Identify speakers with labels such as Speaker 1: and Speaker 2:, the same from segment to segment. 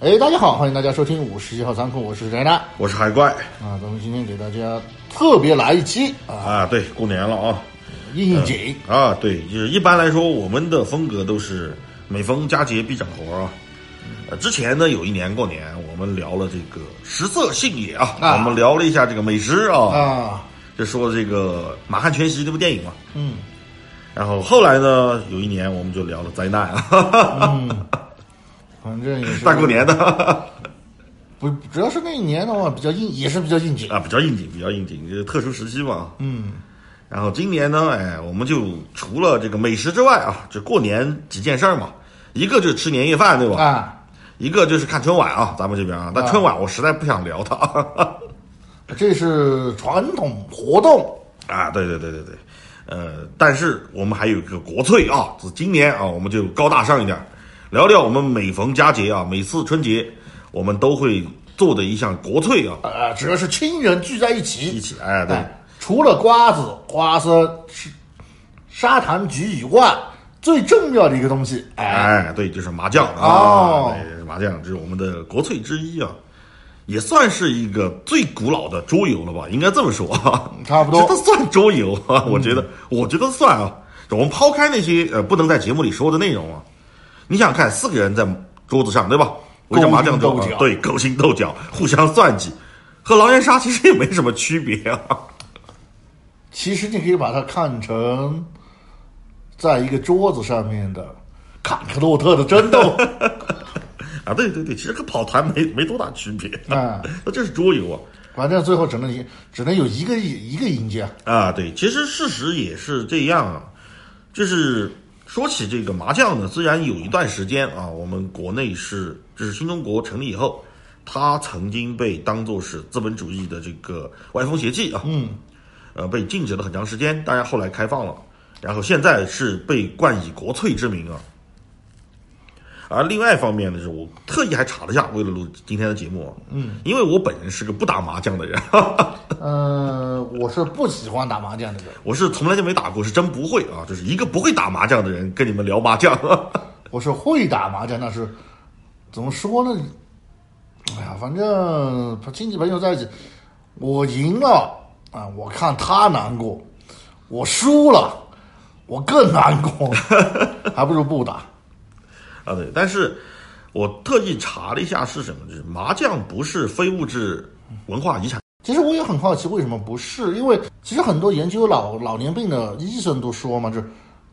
Speaker 1: 哎，大家好，欢迎大家收听五十一号仓库，我是宅男
Speaker 2: 我是海怪
Speaker 1: 啊。咱们今天给大家特别来一期啊，
Speaker 2: 啊，对，过年了啊
Speaker 1: 应应景。
Speaker 2: 啊，对，就是一般来说，我们的风格都是每逢佳节必整活啊。
Speaker 1: 嗯
Speaker 2: 呃，之前呢，有一年过年，我们聊了这个食色性也啊，
Speaker 1: 啊
Speaker 2: 我们聊了一下这个美食啊，
Speaker 1: 啊，
Speaker 2: 就说这个《满汉全席》这部电影嘛。
Speaker 1: 嗯
Speaker 2: 然后后来呢，有一年我们就聊了灾难啊，
Speaker 1: 嗯，反正也是
Speaker 2: 大过年的
Speaker 1: 不，主要是那一年的话比较应，也是比较应景。
Speaker 2: 啊，比较应景，比较应景，就是特殊时期嘛。
Speaker 1: 嗯，
Speaker 2: 然后今年呢，哎，我们就除了这个美食之外啊，这过年几件事儿嘛，一个就是吃年夜饭，对吧？
Speaker 1: 啊，
Speaker 2: 一个就是看春晚啊，咱们这边啊，但春晚我实在不想聊它
Speaker 1: 这是传统活动。
Speaker 2: 啊。对对对对对，呃，但是我们还有一个国粹啊，是今年啊，我们就高大上一点，聊聊我们每逢佳节啊，每次春节我们都会做的一项国粹啊，
Speaker 1: 呃，主要是亲人聚在一起，
Speaker 2: 一起哎对，
Speaker 1: 哎，除了瓜子、花生、吃砂糖橘以外，最重要的一个东西，哎，
Speaker 2: 哎对，就是麻将
Speaker 1: 哦
Speaker 2: 啊，对麻将这是我们的国粹之一啊。也算是一个最古老的桌游了吧，应该这么说啊。
Speaker 1: 差 不多嗯
Speaker 2: 这都算桌游啊，我觉得，我觉得算啊。我们抛开那些呃不能在节目里说的内容啊，你想想看，四个人在桌子上对吧？围着麻将桌
Speaker 1: 勾心斗角
Speaker 2: 啊对，勾心斗角，互相算计，和狼人杀其实也没什么区别啊。
Speaker 1: 其实你可以把它看成在一个桌子上面的坎克洛特的争 斗，
Speaker 2: 啊，对对对，其实跟跑团没没多大区别
Speaker 1: 啊，
Speaker 2: 那就是桌游啊。
Speaker 1: 反正最后只能一只能有一个一个赢家。
Speaker 2: 啊，对，其实事实也是这样啊，就是说起这个麻将呢，虽然有一段时间啊，我们国内是就是新中国成立以后，它曾经被当作是资本主义的这个歪风邪气啊，嗯，呃，被禁止了很长时间，当然后来开放了，然后现在是被冠以国粹之名啊。而另外一方面呢，是我特意还查了一下，为了录今天的节目，嗯，因为我本人是个不打麻将的 人，
Speaker 1: 嗯、我是不喜欢打麻将的人，
Speaker 2: 我是从来就没打过，是真不会啊！就是一个不会打麻将的人跟你们聊麻将，
Speaker 1: 我是会打麻将，但是怎么说呢？哎呀，反正亲戚朋友在一起，我赢了啊，我看他难过；我输了，我更难 过，还不如不打。
Speaker 2: 啊，对，但是我特意查了一下是什么，就是麻将不是非物质文化遗产
Speaker 1: 其实我也很好奇，为什么不是？因为其实很多研究老老年病的医生都说嘛，就是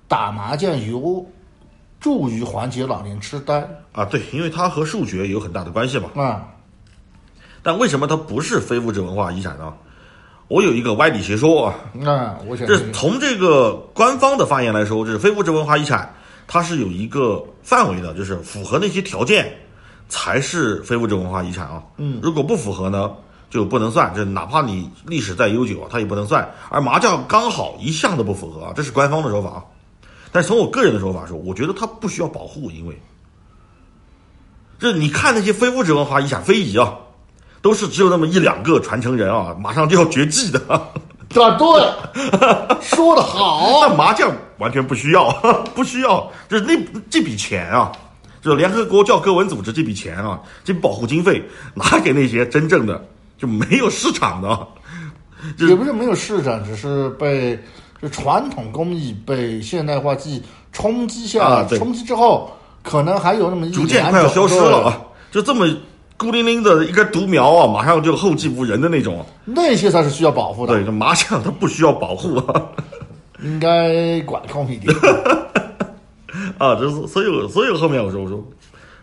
Speaker 1: 打麻将有助于缓解老年痴呆
Speaker 2: 啊，对，因为它和数学有很大的关系嘛。
Speaker 1: 啊。
Speaker 2: 但为什么它不是非物质文化遗产呢？我有一个歪理邪说啊，
Speaker 1: 那、我想
Speaker 2: 这
Speaker 1: 听听
Speaker 2: 从这个官方的发言来说，这非物质文化遗产，它是有一个范围的，就是符合那些条件才是非物质文化遗产啊。嗯，如果不符合呢，就不能算。这哪怕你历史再悠久啊，它也不能算。而麻将刚好一项都不符合啊，这是官方的说法啊。但是从我个人的说法说，我觉得它不需要保护，因为这你看那些非物质文化遗产非遗啊，都是只有那么一两个传承人啊，马上就要绝迹的。
Speaker 1: 啊，对， 说的好，
Speaker 2: 哎但麻将完全不需要， 不需要，就是那这笔钱啊，就是联合国教科文组织这笔钱啊，这笔保护经费拿给那些真正的就没有市场的啊，这
Speaker 1: 也不是没有市场，只是被就传统工艺被现代化技冲击下，
Speaker 2: 啊对
Speaker 1: 冲击之后，可能还有那么一
Speaker 2: 逐渐
Speaker 1: 两
Speaker 2: 快要
Speaker 1: 种
Speaker 2: 消失了
Speaker 1: 对
Speaker 2: 啊，就这么孤零零的一根独苗啊，马上就后继无人的那种。
Speaker 1: 那些才是需要保护的，
Speaker 2: 对，这麻将它不需要保护啊，
Speaker 1: 应该管控一点。
Speaker 2: 啊，这是所以我所以我后面我说我说，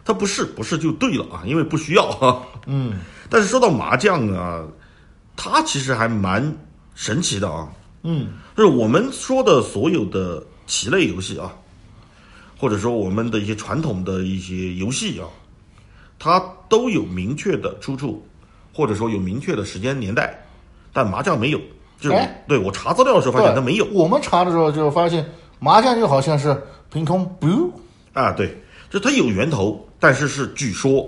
Speaker 2: 它不是不是就对了啊，因为不需要啊。
Speaker 1: 嗯
Speaker 2: 但是说到麻将呢，它其实还蛮神奇的啊。
Speaker 1: 嗯，
Speaker 2: 就是我们说的所有的棋类游戏啊，或者说我们的一些传统的一些游戏啊，它都有明确的出处，或者说有明确的时间年代，但麻将没有。就是我
Speaker 1: 哎
Speaker 2: 对我查资料的时候发
Speaker 1: 对
Speaker 2: 现它没有
Speaker 1: 我们查的时候就发现，麻将就好像是凭空 blue，
Speaker 2: 啊，对，就它有源头，但是是据说，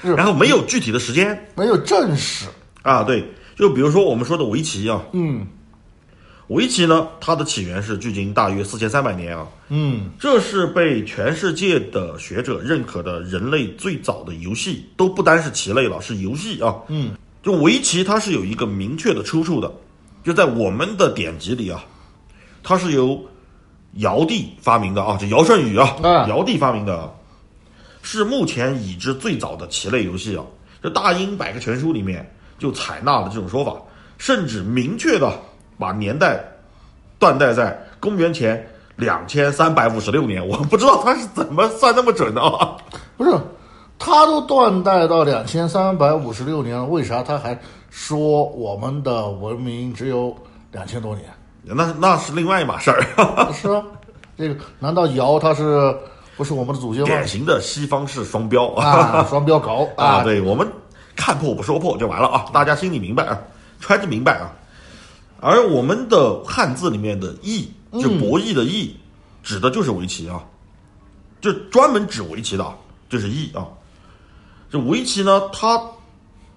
Speaker 1: 是
Speaker 2: 然后没有具体的时间。
Speaker 1: 没有正史。
Speaker 2: 啊，对，就比如说我们说的围棋啊，
Speaker 1: 嗯，
Speaker 2: 围棋呢，它的起源是距今大约四千三百年啊，
Speaker 1: 嗯，
Speaker 2: 这是被全世界的学者认可的人类最早的游戏，都不单是棋类了，是游戏啊。
Speaker 1: 嗯，
Speaker 2: 就围棋它是有一个明确的出处的，就在我们的典籍里啊，它是由尧帝发明的啊，这尧舜禹啊，
Speaker 1: 啊
Speaker 2: 尧帝发明的啊，是目前已知最早的棋类游戏啊。这《大英百科全书》里面就采纳了这种说法，甚至明确的把年代断代在公元前两千三百五十六年，我不知道他是怎么算那么准的啊。
Speaker 1: 不是，他都断代到两千三百五十六年了，为啥他还说我们的文明只有两千多年？
Speaker 2: 那那是另外一码事儿，
Speaker 1: 是啊，这个难道尧他是不是我们的祖先吗
Speaker 2: 典？型的西方式双标啊
Speaker 1: 啊，双标搞
Speaker 2: 啊！
Speaker 1: 啊！
Speaker 2: 对我们看破不说破就完了啊，大家心里明白啊，揣着明白啊。而我们的汉字里面的“弈”，就博弈的“弈”，指的就是围棋啊，就专门指围棋的，啊，就是“弈”啊。这围棋呢，它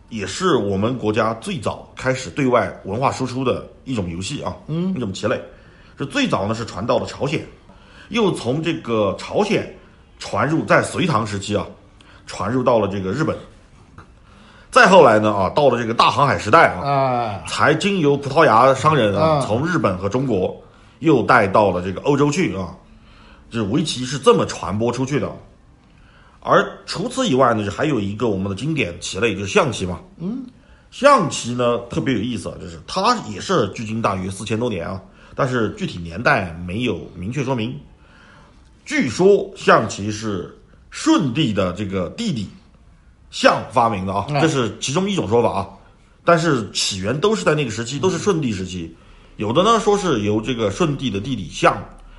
Speaker 2: 也是我们国家最早开始对外文化输出的一种游戏啊，嗯，一种棋类。是最早呢是传到了朝鲜，又从这个朝鲜传入，在隋唐时期啊，传入到了这个日本。再后来呢啊，到了这个大航海时代啊，
Speaker 1: 啊，
Speaker 2: 才经由葡萄牙商人啊，
Speaker 1: 啊
Speaker 2: 从日本和中国又带到了这个欧洲去啊。这围棋是这么传播出去的。而除此以外呢，就还有一个我们的经典棋类，就是象棋嘛。嗯，象棋呢特别有意思，啊，就是它也是距今大约四千多年啊，但是具体年代没有明确说明。据说象棋是舜帝的这个弟弟象发明的啊，
Speaker 1: 哎
Speaker 2: 这是其中一种说法啊。但是起源都是在那个时期，都是舜帝时期。有的呢说是由这个舜帝的弟弟象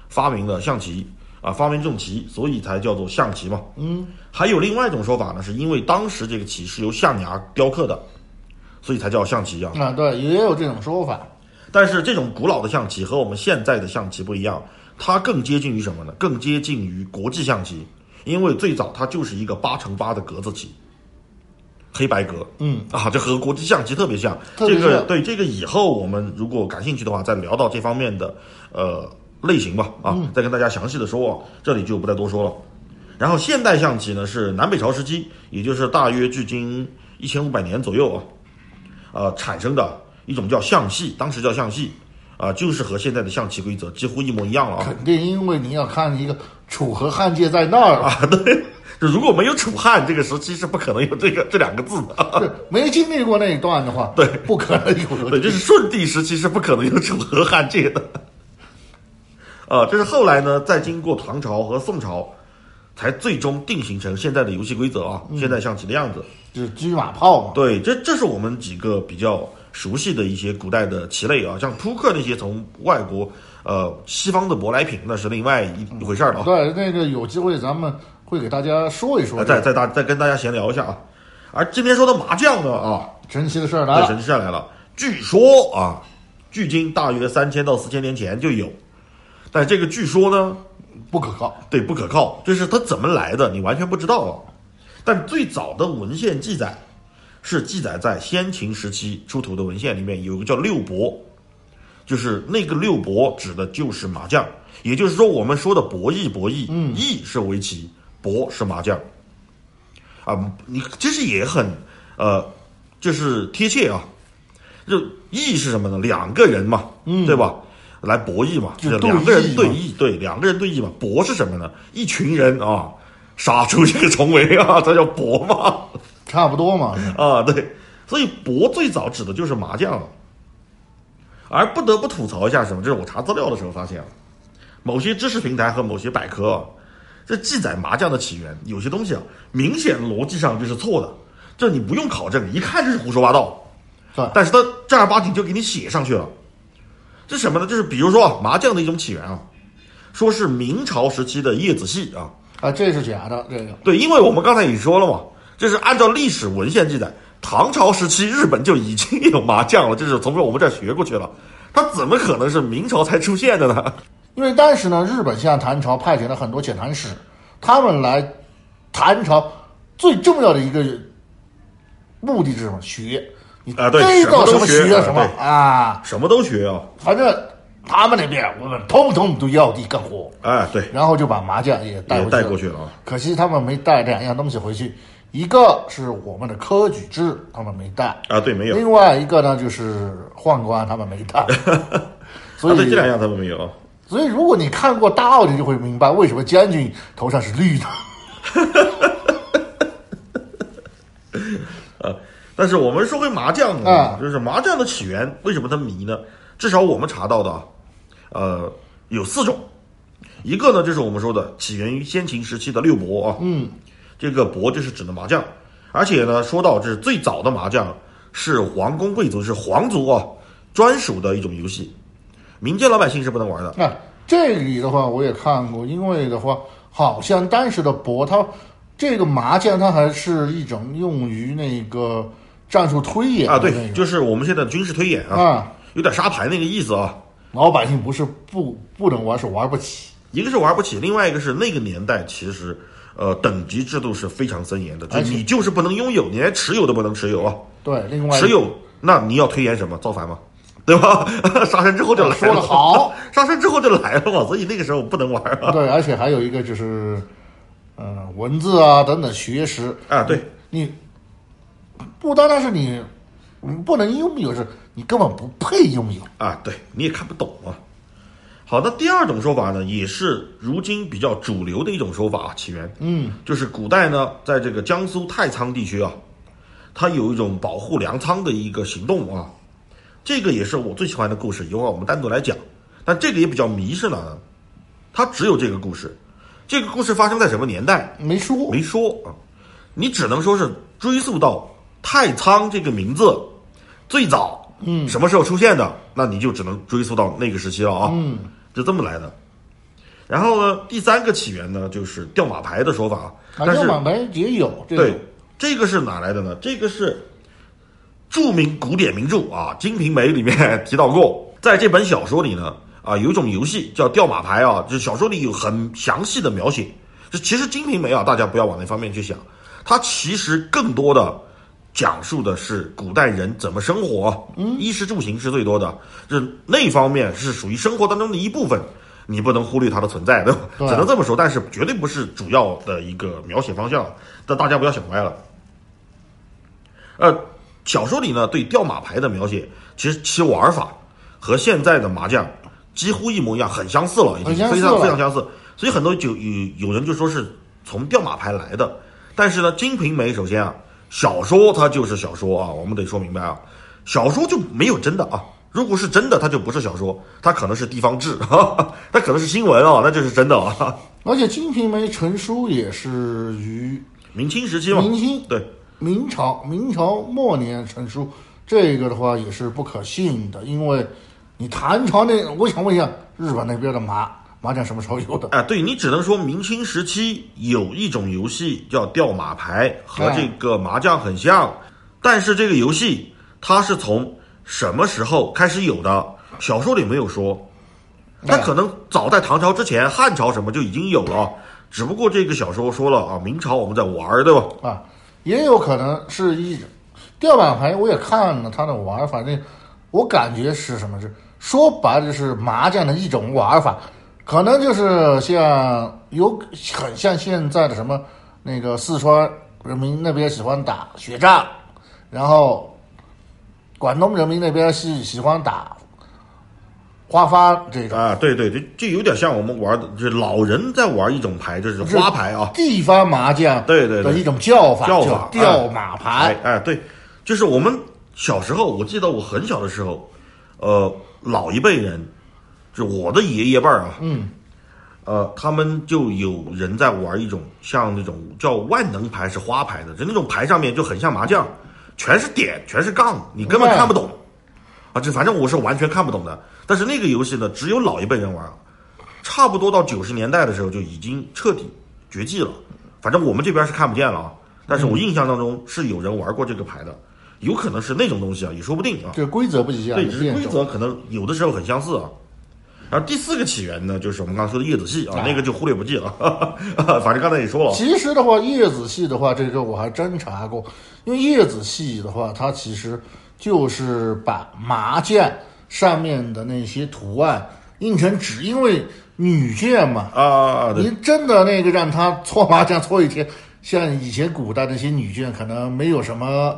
Speaker 2: 发明的象棋啊，发明这种棋，所以才叫做象棋嘛。嗯，还有另外一种说法呢，是因为当时这个棋是由象牙雕刻的，所以才叫象棋啊。
Speaker 1: 啊，对，也有这种说法。
Speaker 2: 但是这种古老的象棋和我们现在的象棋不一样，它更接近于什么呢？更接近于国际象棋，因为最早它就是一个八乘八的格子棋，黑白格。
Speaker 1: 嗯
Speaker 2: 啊，这和国际象棋特别像。
Speaker 1: 特别
Speaker 2: 这个
Speaker 1: 像
Speaker 2: 对这个以后我们如果感兴趣的话，再聊到这方面的呃类型吧。啊，
Speaker 1: 嗯
Speaker 2: 再跟大家详细的说啊，这里就不再多说了。然后现代象棋呢是南北朝时期，也就是大约距今一千五百年左右啊，呃产生的一种叫象戏，当时叫象戏，啊、就是和现在的象棋规则几乎一模一样了啊。
Speaker 1: 肯定，因为你要看一个楚河汉界在那儿啊，
Speaker 2: 啊，对，就如果没有楚汉这个时期，是不可能有这个这两个字的。
Speaker 1: 是没经历过那一段的话，对，不可能有
Speaker 2: 对，这是舜帝时期是不可能有楚河汉界的。 啊，这是后来呢，再经过唐朝和宋朝，才最终定型成现在的游戏规则啊，现在象棋的样子。
Speaker 1: 就是车马炮嘛。
Speaker 2: 对，这这是我们几个比较熟悉的一些古代的棋类啊，像扑克那些从外国呃西方的舶来品，那是另外一一回事儿了啊。
Speaker 1: 对，那个有机会咱们会给大家说一说
Speaker 2: 再再大再跟大家闲聊一下啊。而今天说的麻将呢啊，
Speaker 1: 神奇的事儿来
Speaker 2: 那
Speaker 1: 了。
Speaker 2: 神下来了。据说啊，距今大约三千到四千年前就有，但这个据说呢，
Speaker 1: 不可靠。
Speaker 2: 对不可靠，就是它怎么来的，你完全不知道啊。但最早的文献记载是记载在先秦时期出土的文献里面，有一个叫六博，就是那个六博指的就是麻将，也就是说我们说的博弈，博弈，嗯，弈是围棋，博是麻将。啊，你其实也很呃，就是贴切啊。就弈是什么呢？两个人嘛，嗯，对吧？来博弈嘛，就
Speaker 1: 就是对
Speaker 2: 两个人
Speaker 1: 弈
Speaker 2: 对
Speaker 1: 嘛
Speaker 2: 弈，对，两个人对弈嘛。博是什么呢？一群人啊，杀出一个重围啊， 这叫博嘛。
Speaker 1: 差不多嘛，
Speaker 2: 啊，对，所以博最早指的就是麻将了。而不得不吐槽一下什么，这是我查资料的时候发现了，啊某些知识平台和某些百科、啊，这记载麻将的起源，有些东西啊，明显逻辑上就是错的，这你不用考证，一看就是胡说八道。
Speaker 1: 对
Speaker 2: 但是他正儿八经就给你写上去了，这是什么呢？就是比如说啊麻将的一种起源啊，说是明朝时期的叶子戏啊，
Speaker 1: 啊，这是假的，这个
Speaker 2: 对，因为我们刚才也说了嘛，这是按照历史文献记载，唐朝时期日本就已经 有麻将了，这是从我们这儿学过去了。它怎么可能是明朝才出现的呢？
Speaker 1: 因为当时呢，日本向唐朝派遣了很多遣唐使，他们来唐朝最重要的一个目的是什么？学，你
Speaker 2: 啊对
Speaker 1: 逮到
Speaker 2: 什
Speaker 1: 什
Speaker 2: 么都
Speaker 1: 么学
Speaker 2: 学
Speaker 1: 什么
Speaker 2: 啊
Speaker 1: 啊，
Speaker 2: 什么都学啊，
Speaker 1: 反正他们那边我们统统都要地干活，
Speaker 2: 哎，对，
Speaker 1: 然后就把麻将也带
Speaker 2: 也
Speaker 1: 回
Speaker 2: 带
Speaker 1: 了
Speaker 2: 过去了啊。
Speaker 1: 可惜他们没带两样东西回去，一个是我们的科举制，他们没带；
Speaker 2: 啊，对，没有，啊，
Speaker 1: 另外一个呢就是宦官，他们没 带。所
Speaker 2: 对，这
Speaker 1: 以，
Speaker 2: 两样他们没有啊。
Speaker 1: 所以如果你看过大奥，你就会明白为什么将军头上是绿的。
Speaker 2: 呃，但是我们说回麻将
Speaker 1: 啊
Speaker 2: 就是麻将的起源为什么它迷呢？至少我们查到的，啊，呃，有四种，一个呢就是我们说的起源于先秦时期的六博啊，嗯，这个博就是指的麻将，而且呢说到就是最早的麻将是王公贵族是皇族啊专属的一种游戏，民间老百姓是不能玩的，
Speaker 1: 那、这里的话我也看过，因为的话，好像当时的博它这个麻将，它还是一种用于那个战术推演
Speaker 2: 啊，
Speaker 1: 的
Speaker 2: 对
Speaker 1: 那，个
Speaker 2: 就是我们现在的军事推演啊，
Speaker 1: 啊，
Speaker 2: 有点沙盘那个意思啊，
Speaker 1: 老百姓不是不不能玩，是玩不起。
Speaker 2: 一个是玩不起，另外一个是那个年代其实，呃，等级制度是非常森严的，就
Speaker 1: 而且
Speaker 2: 你就是不能拥有，你连持有都不能持有啊，
Speaker 1: 对，另外一
Speaker 2: 持有那你要推演什么造反吗？对吧？ 杀身之后就来了，
Speaker 1: 说得好，
Speaker 2: 杀身之后就来了嘛，所以那个时候不能玩 啊。
Speaker 1: 对，而且还有一个就是，呃，文字啊等等学识，
Speaker 2: 啊，对，
Speaker 1: 你不单单是你你不能拥有，是你根本不配拥有。
Speaker 2: 啊，对，你也看不懂啊。好的，第二种说法呢，也是如今比较主流的一种说法啊，起源，嗯，就是古代呢，在这个江苏太仓地区啊，它有一种保护粮仓的一个行动啊，这个也是我最喜欢的故事，一会儿我们单独来讲。但这个也比较迷是哪呢？它只有这个故事，这个故事发生在什么年代
Speaker 1: 没说，
Speaker 2: 没说啊，你只能说是追溯到太仓这个名字最早，嗯，什么时候出现的，那你就只能追溯到那个时期了啊，嗯，就这么来的。然后呢，第三个起源呢，就是掉马牌的说法，
Speaker 1: 啊，
Speaker 2: 但
Speaker 1: 六
Speaker 2: 是
Speaker 1: 马牌也有这
Speaker 2: 对
Speaker 1: 种，
Speaker 2: 这个是哪来的呢？这个是著名古典名著啊，《金瓶梅》里面 提到过，在这本小说里呢，啊，有一种游戏叫掉马牌啊，就是小说里有很详细的描写。就其实《金瓶梅》啊，大家不要往那方面去想，它其实更多的讲述的是古代人怎么生活，嗯，衣食住行是最多的，就是那方面是属于生活当中的一部分。你不能忽略它的存在，对吧？
Speaker 1: 对
Speaker 2: 只能这么说，但是绝对不是主要的一个描写方向，但大家不要想歪了。呃，小说里呢对掉马牌的描写，其实其玩法和现在的麻将几乎一模一样，很相似了，已经
Speaker 1: 很相似
Speaker 2: 非常
Speaker 1: 了
Speaker 2: 非常相似。所以很多就有有人就说是从掉马牌来的，但是呢，《金瓶梅》首先啊，小说它就是小说啊，我们得说明白啊，小说就没有真的啊。如果是真的，它就不是小说，它可能是地方志， 哈哈，它可能是新闻啊，那就是真的啊。
Speaker 1: 而且《金瓶梅》成书也是于
Speaker 2: 明清时期嘛，
Speaker 1: 明清
Speaker 2: 对，
Speaker 1: 明朝明朝末年成书，这个的话也是不可信的，因为你唐朝那，我想问一下，日本那边的麻麻将什么时候有的？
Speaker 2: 啊，对你只能说明清时期有一种游戏叫掉马牌，和
Speaker 1: 嗯
Speaker 2: 这个麻将很像，但是这个游戏它是从什么时候开始有的？小说里没有说，它
Speaker 1: 嗯
Speaker 2: 可能早在唐朝之前，汉朝什么就已经有了，只不过这个小说说了啊，明朝我们在玩儿，对吧？
Speaker 1: 啊，也有可能是一种吊板牌，我也看了它的玩法，那我感觉是什么是说白了就是麻将的一种玩法，可能就是像有很像现在的什么那个四川人民那边喜欢打雪仗，然后广东人民那边是喜欢打花发这种。
Speaker 2: 啊，对对，就就有点像我们玩的，就是老人在玩一种牌，就是
Speaker 1: 是
Speaker 2: 花牌啊，
Speaker 1: 地方麻将
Speaker 2: 对对对
Speaker 1: 的一种叫法，
Speaker 2: 叫法
Speaker 1: 叫吊马牌
Speaker 2: 哎。哎，对，就是我们小时候，我记得我很小的时候，呃，老一辈人，就我的爷爷辈儿啊，嗯，呃，他们就有人在玩一种像那种叫万能牌是花牌的，就那种牌上面就很像麻将，全是点，全是杠，你根本
Speaker 1: 嗯
Speaker 2: 看不懂。啊，这反正我是完全看不懂的。但是那个游戏呢，只有老一辈人玩，差不多到九十年代的时候就已经彻底绝迹了。反正我们这边是看不见了啊，但是我印象当中是有人玩过这个牌的，有可能是那种东西啊，也说不定啊。
Speaker 1: 这规则不一样，
Speaker 2: 对，
Speaker 1: 也
Speaker 2: 只是
Speaker 1: 变
Speaker 2: 规
Speaker 1: 种
Speaker 2: 则可能有的时候很相似啊。然后第四个起源呢，就是我们刚才说的叶子戏啊，那个就忽略不计了。 反正刚才也说了啊，
Speaker 1: 其实的话，叶子戏的话，这个我还真查过，因为叶子戏的话，它其实就是把麻将上面的那些图案印成纸，因为女眷嘛，
Speaker 2: 啊，对，
Speaker 1: 您真的那个让她搓麻将搓一天，像以前古代那些女眷可能没有什么。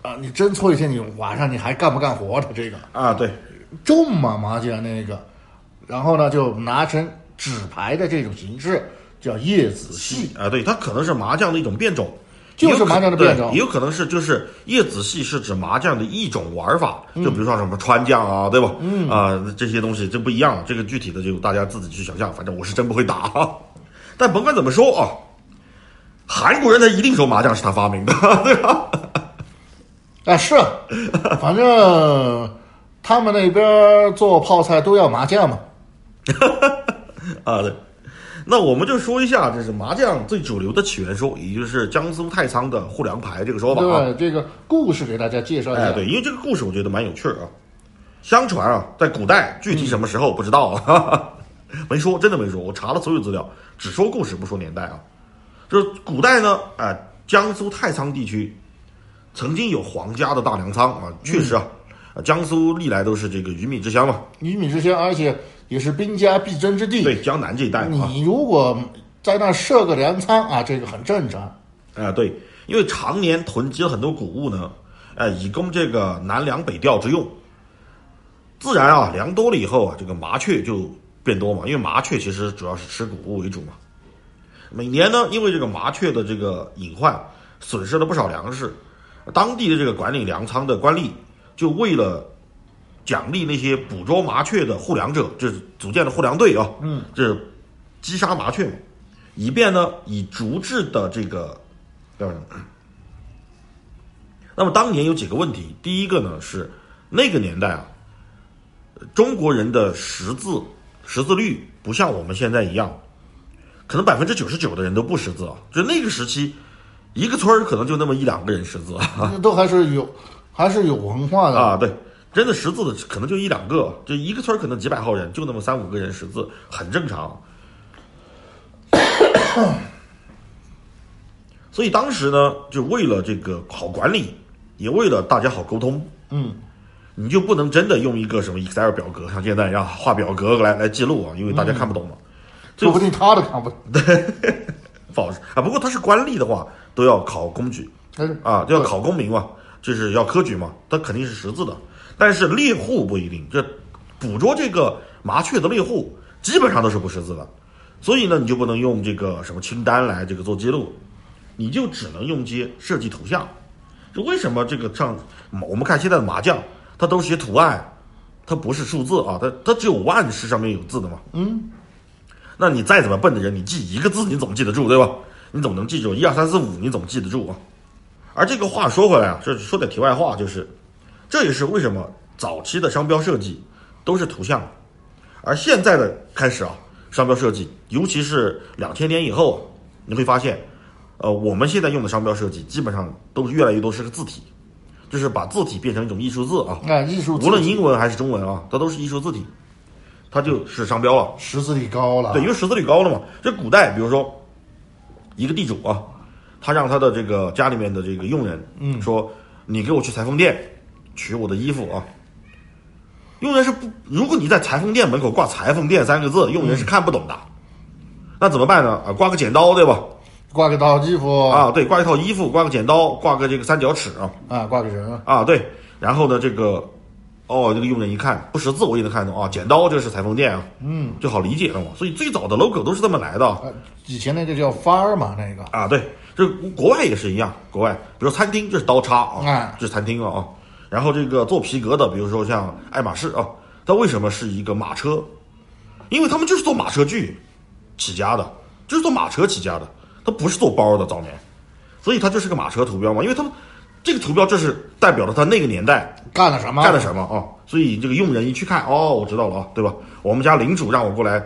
Speaker 1: 啊，你真搓一天，你晚上你还干不干活的？这个
Speaker 2: 啊，对，
Speaker 1: 重嘛麻将那个，然后呢就拿成纸牌的这种形式，叫叶子戏。
Speaker 2: 啊，对，它可能是麻将的一种变种，
Speaker 1: 就是
Speaker 2: 也有可
Speaker 1: 麻将的变种
Speaker 2: 对也有可能是就是叶子戏是指麻将的一种玩法，
Speaker 1: 嗯
Speaker 2: 就比如说什么川将啊，对吧？嗯啊、这些东西就不一样了，这个具体的就大家自己去想象，反正我是真不会打， 但甭管怎么说啊，韩国人他一定说麻将是他发明的， 对吧？
Speaker 1: 啊，是，反正他们那边做泡菜都要麻将嘛。
Speaker 2: 啊，对。那我们就说一下，这是麻将最主流的起源说，也就是江苏太仓的沪梁牌这个说法啊。
Speaker 1: 对，这个故事给大家介绍一
Speaker 2: 哎，
Speaker 1: 下。
Speaker 2: 对，因为这个故事我觉得蛮有趣儿啊。相传啊，在古代具体什么时候不知道啊， 没说，真的没说。我查了所有资料，只说故事不说年代啊。就是古代呢，啊、江苏太仓地区曾经有皇家的大粮仓啊，确实啊，啊江苏历来都是这个鱼米之乡嘛。
Speaker 1: 鱼米之乡，而且也是兵家必争之地。
Speaker 2: 对，江南这一带啊，
Speaker 1: 你如果在那设个粮仓啊，这个很正常。
Speaker 2: 哎、对，因为常年囤积了很多谷物呢，哎、以供这个南粮北调之用。自然啊，粮多了以后啊，这个麻雀就变多嘛，因为麻雀其实主要是吃谷物为主嘛。每年呢，因为这个麻雀的这个隐患，损失了不少粮食。当地的这个管理粮仓的官吏，就为了奖励那些捕捉麻雀的护粮者，就是组建了护粮队啊，嗯，这击杀麻雀嘛，以便呢以竹制的这个叫什么？那么当年有几个问题，第一个呢是那个年代啊，中国人的识字识字率不像我们现在一样，可能百分之九十九的人都不识字啊，就那个时期。一个村儿可能就那么一两个人识字啊，
Speaker 1: 那都还是有，还是有文化的。
Speaker 2: 啊，对，真的识字的可能就一两个，就一个村儿可能几百号人，就那么三五个人识字，很正常。所以当时呢，就为了这个好管理，也为了大家好沟通，
Speaker 1: 嗯，
Speaker 2: 你就不能真的用一个什么 Excel 表格，像现在一样画表格来来记录啊，因为大家看不懂嘛。
Speaker 1: 说不定他的看不懂。
Speaker 2: 不好啊，不过他是官吏的话，都要考公举，
Speaker 1: 但是
Speaker 2: 啊，要考功名嘛，就是要科举嘛，它肯定是识字的。但是猎户不一定，这捕捉这个麻雀的猎户基本上都是不识字的，所以呢，你就不能用这个什么清单来这个做记录，你就只能用些设计图像。就为什么这个像我们看现在的麻将，它都是些图案，它不是数字啊，它它只有万事上面有字的嘛。嗯，那你再怎么笨的人，你记一个字你总记得住对吧？你总能记住一二三四五，你总记得住啊。而这个话说回来啊，这说点题外话，就是这也是为什么早期的商标设计都是图像，而现在的开始啊，商标设计，尤其是两千年以后啊，你会发现，呃，我们现在用的商标设计基本上都是越来越多是个字体，就是把字体变成一种艺术字啊，
Speaker 1: 啊，艺术
Speaker 2: 无论英文还是中文啊，它都是艺术字体，它就是商标啊了。
Speaker 1: 识字率高了，
Speaker 2: 对，因为识字率高了嘛。这古代，比如说一个地主啊，他让他的这个家里面的这个佣人，嗯，说你给我去裁缝店取我的衣服啊。佣人是不，如果你在裁缝店门口挂“裁缝店”三个字，佣人是看不懂的。那怎么办呢？啊，挂个剪刀，对吧？
Speaker 1: 挂个大衣服
Speaker 2: 啊，对，挂一套衣服，挂个剪刀，挂个这个三角尺啊，
Speaker 1: 啊，挂个人
Speaker 2: 啊，对，然后呢，这个，哦，这个佣人一看不识字，我也能看懂啊，剪刀这是裁缝店啊，嗯，就好理解了嘛。所以最早的 logo 都是这么来的啊，
Speaker 1: 啊，以前那个叫幡儿嘛，那个
Speaker 2: 啊，对，这国外也是一样，国外比如餐厅这是刀叉啊
Speaker 1: 哎，
Speaker 2: 这是餐厅了啊。然后这个做皮革的，比如说像爱马仕啊，它为什么是一个马车？因为他们就是做马车具起家的，就是做马车起家的，它不是做包的早年，所以它就是个马车图标嘛，因为他们这个图标就是代表了他那个年代
Speaker 1: 干了什么？
Speaker 2: 干了什么啊？所以这个佣人一去看，哦，我知道了啊，对吧？我们家领主让我过来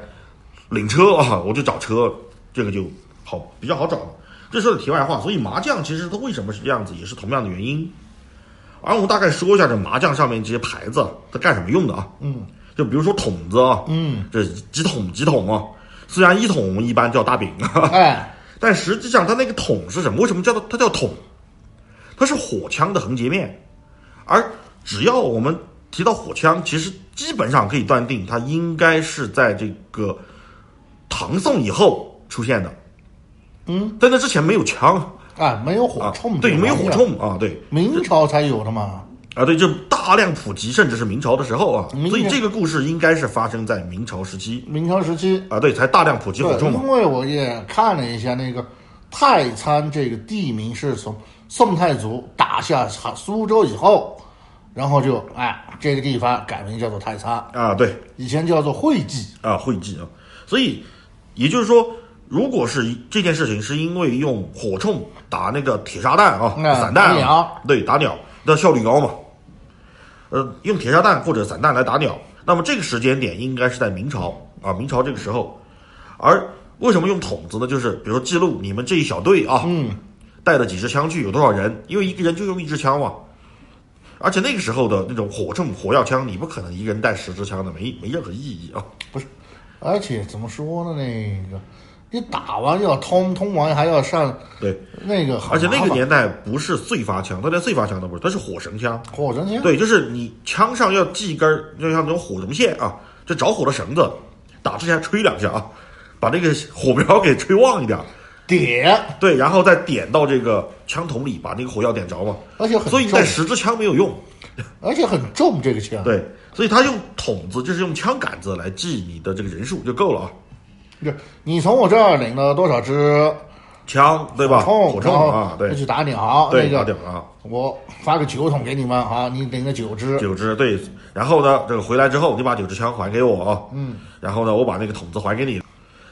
Speaker 2: 领车 啊，我就找车，这个就好比较好找了。这说的题外话，所以麻将其实它为什么是这样子，也是同样的原因。啊而我们大概说一下这麻将上面这些牌子它干什么用的啊？嗯，就比如说筒子啊，嗯，这几筒几筒啊，虽然一筒一般叫大饼啊，
Speaker 1: 哎，
Speaker 2: 但实际上它那个桶是什么？为什么叫它它叫桶？它是火枪的横截面，而只要我们提到火枪，其实基本上可以断定，它应该是在这个唐宋以后出现的。嗯，在那之前没有枪
Speaker 1: 哎，没有火
Speaker 2: 啊
Speaker 1: 铳，，
Speaker 2: 对，没有火，铳啊，对，
Speaker 1: 明朝才有的嘛。
Speaker 2: 啊，对，就大量普及，甚至是明朝的时候啊，
Speaker 1: 明
Speaker 2: 所以
Speaker 1: 朝
Speaker 2: 这个故事应该是发生在明朝时期
Speaker 1: 明朝时期，
Speaker 2: 啊，对，才大量普及火
Speaker 1: 对，
Speaker 2: 铳嘛
Speaker 1: 因。为我也看了一下那个太仓这个地名是从宋太祖打下苏州以后，然后就哎这个地方改名叫做太仓，
Speaker 2: 啊，对，
Speaker 1: 以前叫做会稽。
Speaker 2: 啊，会稽啊，所以也就是说，如果是一这件事情是因为用火铳打那个铁砂弹啊、
Speaker 1: 嗯
Speaker 2: 散弹、
Speaker 1: 打
Speaker 2: 啊
Speaker 1: 鸟，
Speaker 2: 对，打鸟，那效率高嘛。呃，用铁砂弹或者散弹来打鸟，那么这个时间点应该是在明朝啊，明朝这个时候。而为什么用筒子呢？就是比如说记录你们这一小队啊，嗯，带了几支枪去，有多少人？因为一个人就用一支枪嘛。而且那个时候的那种火铳、火药枪，你不可能一个人带十支枪的，没没任何意义啊。
Speaker 1: 而且怎么说呢？那个你打完要通，通完还要上
Speaker 2: 对，
Speaker 1: 那个很麻
Speaker 2: 而且
Speaker 1: 烦，
Speaker 2: 那个年代不是碎发枪，它连碎发枪都不是，它是火绳枪。
Speaker 1: 火神枪，
Speaker 2: 对，就是你枪上要系一根儿，就像那种火绒线啊，就着火的绳子，打之前吹两下啊，把这个火苗给吹旺一点儿。
Speaker 1: 点，
Speaker 2: 对，然后再点到这个枪筒里，把那个火药点着嘛。
Speaker 1: 而且很
Speaker 2: 所以你
Speaker 1: 重
Speaker 2: 带，十支枪没有用。
Speaker 1: 而且很重这个枪，
Speaker 2: 对，所以他用筒子，就是用枪杆子来记你的这个人数就够了啊。
Speaker 1: 就你从我这儿领了多少支
Speaker 2: 枪对吧？
Speaker 1: 铳，
Speaker 2: 火
Speaker 1: 然
Speaker 2: 铳
Speaker 1: 后
Speaker 2: 啊，对
Speaker 1: 就去打鸟，
Speaker 2: 对，
Speaker 1: 那
Speaker 2: 打
Speaker 1: 个
Speaker 2: 点啊。
Speaker 1: 我发个酒桶给你们啊，你领了九 支，
Speaker 2: 九支对，然后呢，这个回来之后，你把九支枪还给我啊，嗯，然后呢，我把那个筒子还给你，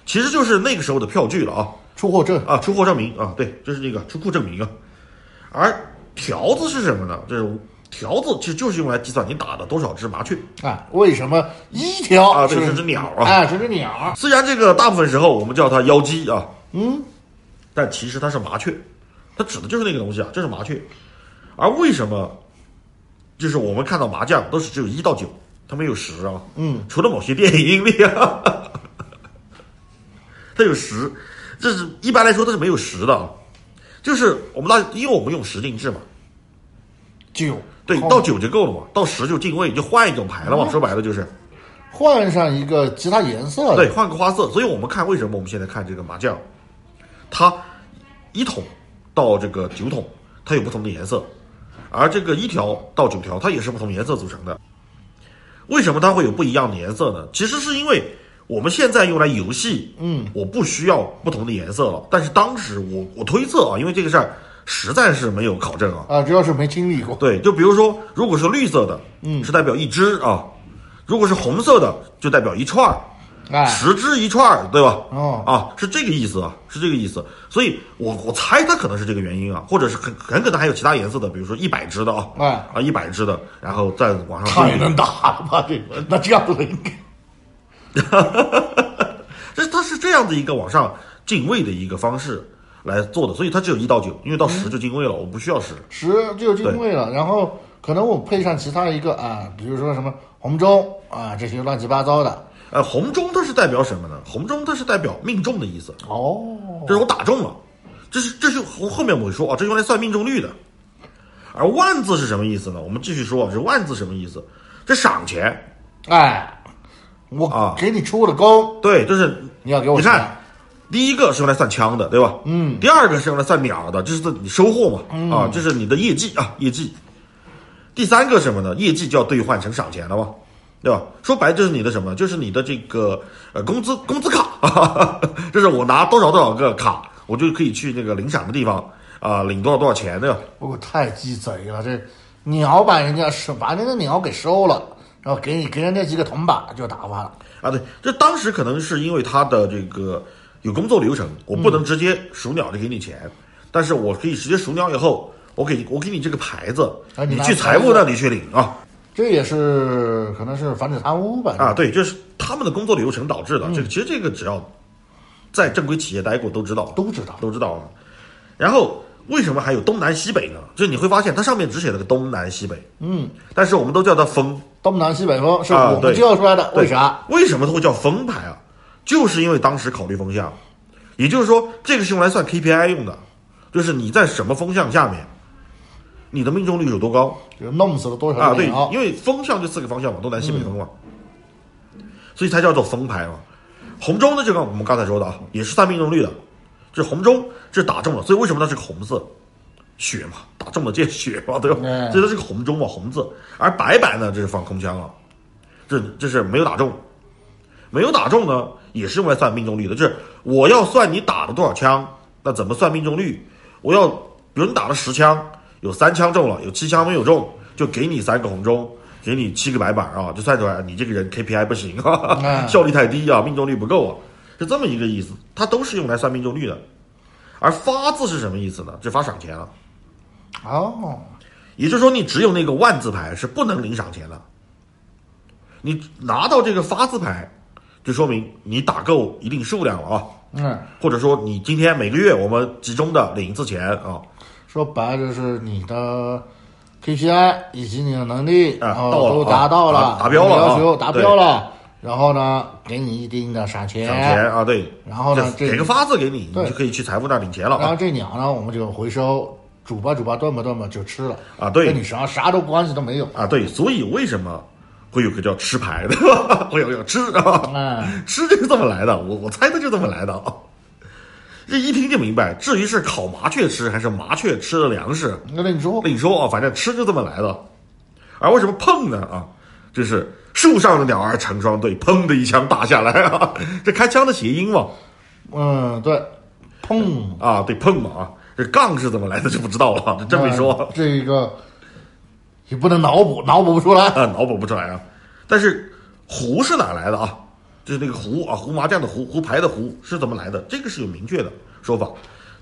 Speaker 2: 其实就是那个时候的票据了啊
Speaker 1: 出货证，
Speaker 2: 啊，出货证明啊，对，就是那个出库证明啊。而条子是什么呢？就是条子其实就是用来计算你打了多少只麻雀
Speaker 1: 啊，为什么一
Speaker 2: 啊，
Speaker 1: 条
Speaker 2: 这个是只鸟啊。
Speaker 1: 哎，是只鸟，
Speaker 2: 虽然这个大部分时候我们叫它妖姬啊，嗯，但其实它是麻雀，它指的就是那个东西啊，就是麻雀。而为什么就是我们看到麻将都是只有一到九，它没有十啊？嗯，除了某些电影里啊， 它有十，这是一般来说它是没有十的啊。就是我们大，因为我们用十进制嘛，
Speaker 1: 九，
Speaker 2: 对，
Speaker 1: 后
Speaker 2: 到九就够了嘛，到十就进位，就换一种牌了嘛。说白了就是，
Speaker 1: 换上一个其他颜色的，
Speaker 2: 对，换个花色。所以我们看为什么我们现在看这个麻将，它一筒到这个九筒，它有不同的颜色，而这个一条到九条，它也是不同颜色组成的。为什么它会有不一样的颜色呢？其实是因为我们现在用来游戏，嗯，我不需要不同的颜色了。但是当时我我推测啊，因为这个事儿实在是没有考证啊，
Speaker 1: 啊，主要是没经历过，
Speaker 2: 对，就比如说，如果是绿色的，嗯，是代表一只啊；如果是红色的，就代表一串儿。
Speaker 1: 哎，
Speaker 2: 十只一串儿，对吧？
Speaker 1: 哦
Speaker 2: 啊，是这个意思啊，是这个意思。所以我我猜它可能是这个原因啊，或者是很很可能还有其他颜色的，比如说一百只的啊，
Speaker 1: 哎
Speaker 2: 啊一百只的，然后再往上
Speaker 1: 太
Speaker 2: 推
Speaker 1: 能打了吧，这个，那这样子应该。
Speaker 2: 这它是这样的一个往上进位的一个方式来做的，所以它只有一到九，因为到十就进位了，我不需要十。
Speaker 1: 十就有定位了，然后可能我配上其他一个啊，比如说什么红中啊这些乱七八糟的。
Speaker 2: 呃，红中它是代表什么呢？红中它是代表命中的意思，
Speaker 1: 哦，
Speaker 2: 这是我打中了，这是这是后后面我会说啊，这用来算命中率的。而万字是什么意思呢？我们继续说啊，这万字什么意思？这赏钱，
Speaker 1: 哎，我
Speaker 2: 啊
Speaker 1: 给你出了工，
Speaker 2: 对，就是
Speaker 1: 你要给我
Speaker 2: 你
Speaker 1: 钱
Speaker 2: 看，第一个是用来算枪的，对吧？嗯。第二个是用来算鸟的，这是你收获嘛？
Speaker 1: 嗯
Speaker 2: 啊，这是你的业绩啊，业绩。第三个是什么呢？业绩就要兑换成赏钱了嘛，对吧？说白了就是你的什么？就是你的这个呃工资工资卡， 就是我拿多少多少个卡，我就可以去那个领赏的地方啊、领多少多少钱，对吧？
Speaker 1: 不过哎太鸡贼了，这鸟把人家收，把人家鸟给收了，然后给你给人家几个铜板就打发了。
Speaker 2: 啊，对，这当时可能是因为他的这个有工作流程，我不
Speaker 1: 嗯
Speaker 2: 能直接数鸟就给你钱，但是我可以直接数鸟以后，我给我给你这个牌子，
Speaker 1: 啊你
Speaker 2: 你
Speaker 1: 拿
Speaker 2: 去财
Speaker 1: 牌
Speaker 2: 务
Speaker 1: 子
Speaker 2: 那里去领啊
Speaker 1: 这也是可能是防止贪污吧。
Speaker 2: 啊，对，这是他们的工作流程导致
Speaker 1: 嗯
Speaker 2: 的。这个其实这个只要在正规企业待过都知道，
Speaker 1: 都知道
Speaker 2: 都知道啊。然后为什么还有东南西北呢？就是你会发现它上面只写了个东南西北，嗯，但是我们都叫它风，
Speaker 1: 东南西北风是
Speaker 2: 啊
Speaker 1: 我
Speaker 2: 对
Speaker 1: 们教出来的，
Speaker 2: 对
Speaker 1: 为啥？？
Speaker 2: 为什么它会叫风牌啊？就是因为当时考虑风向，也就是说，这个是用来算 KPI 用的，就是你在什么风向下面，你的命中率有多高
Speaker 1: 就弄死了多
Speaker 2: 啊？
Speaker 1: 少
Speaker 2: 对
Speaker 1: 鸟，？
Speaker 2: 因为风向就四个方向嘛，东南西北风嘛，所以它叫做风牌嘛。红中呢，就跟我们刚才说的啊，也是算命中率的，这红中这打中了，所以为什么它是个红色？血嘛，打中了见血嘛，对吧？
Speaker 1: 嗯
Speaker 2: 所以它是个红中嘛，红字。而白板呢，这是放空枪了，这这是没有打中，没有打中呢，也是用来算命中率的。就是我要算你打了多少枪，那怎么算命中率？我要比如你打了十枪，有三枪中了，有七枪没有中，就给你三个红中，给你七个白板啊，就算出来你这个人 KPI 不行啊，
Speaker 1: 嗯
Speaker 2: 效率太低啊，命中率不够啊，是这么一个意思。它都是用来算命中率的。而发字是什么意思呢？就发赏钱啊了。
Speaker 1: 哦，
Speaker 2: 也就是说，你只有那个万字牌是不能领赏钱的。你拿到这个发字牌，就说明你打够一定数量了啊，
Speaker 1: 嗯，
Speaker 2: 或者说你今天每个月我们集中的领一次钱啊，
Speaker 1: 说白了就是你的 KPI 以及你的能力，
Speaker 2: 啊
Speaker 1: 然后
Speaker 2: 到了
Speaker 1: 都
Speaker 2: 啊
Speaker 1: 达到
Speaker 2: 达达标了啊
Speaker 1: 要求达
Speaker 2: 对
Speaker 1: 标了，然后呢，给你一定的赏钱，
Speaker 2: 赏钱啊，对，
Speaker 1: 哎然后呢
Speaker 2: 这
Speaker 1: 这
Speaker 2: 给个发字给你，
Speaker 1: 对
Speaker 2: 你就可以去财富那领钱了
Speaker 1: 然后
Speaker 2: 啊。
Speaker 1: 这鸟呢，我们就回收，煮吧煮吧，炖吧炖吧就吃了
Speaker 2: 啊对
Speaker 1: 跟你啥啥都关系都没有，
Speaker 2: 啊，对，所以为什么会有个叫吃牌的，会有个叫吃啊，
Speaker 1: 嗯，
Speaker 2: 吃就是这么来的，我我猜的就这么来的啊。这一听就明白，至于是烤麻雀吃还是麻雀吃的粮食，
Speaker 1: 那跟你说，
Speaker 2: 另说啊，反正吃就这么来的。而为什么碰呢？啊，就是树上的鸟儿成双对，砰的一枪打下来啊，这开枪的谐音嘛，
Speaker 1: 嗯，对，砰，
Speaker 2: 啊，对，碰嘛啊，这杠是怎么来的就不知道了，这这么一
Speaker 1: 嗯
Speaker 2: 说，
Speaker 1: 这个也不能脑补，脑补不出来，
Speaker 2: 啊，脑补不出来啊。但是胡是哪来的啊？就是那个胡啊，胡麻将的胡，胡牌的胡是怎么来的？这个是有明确的说法，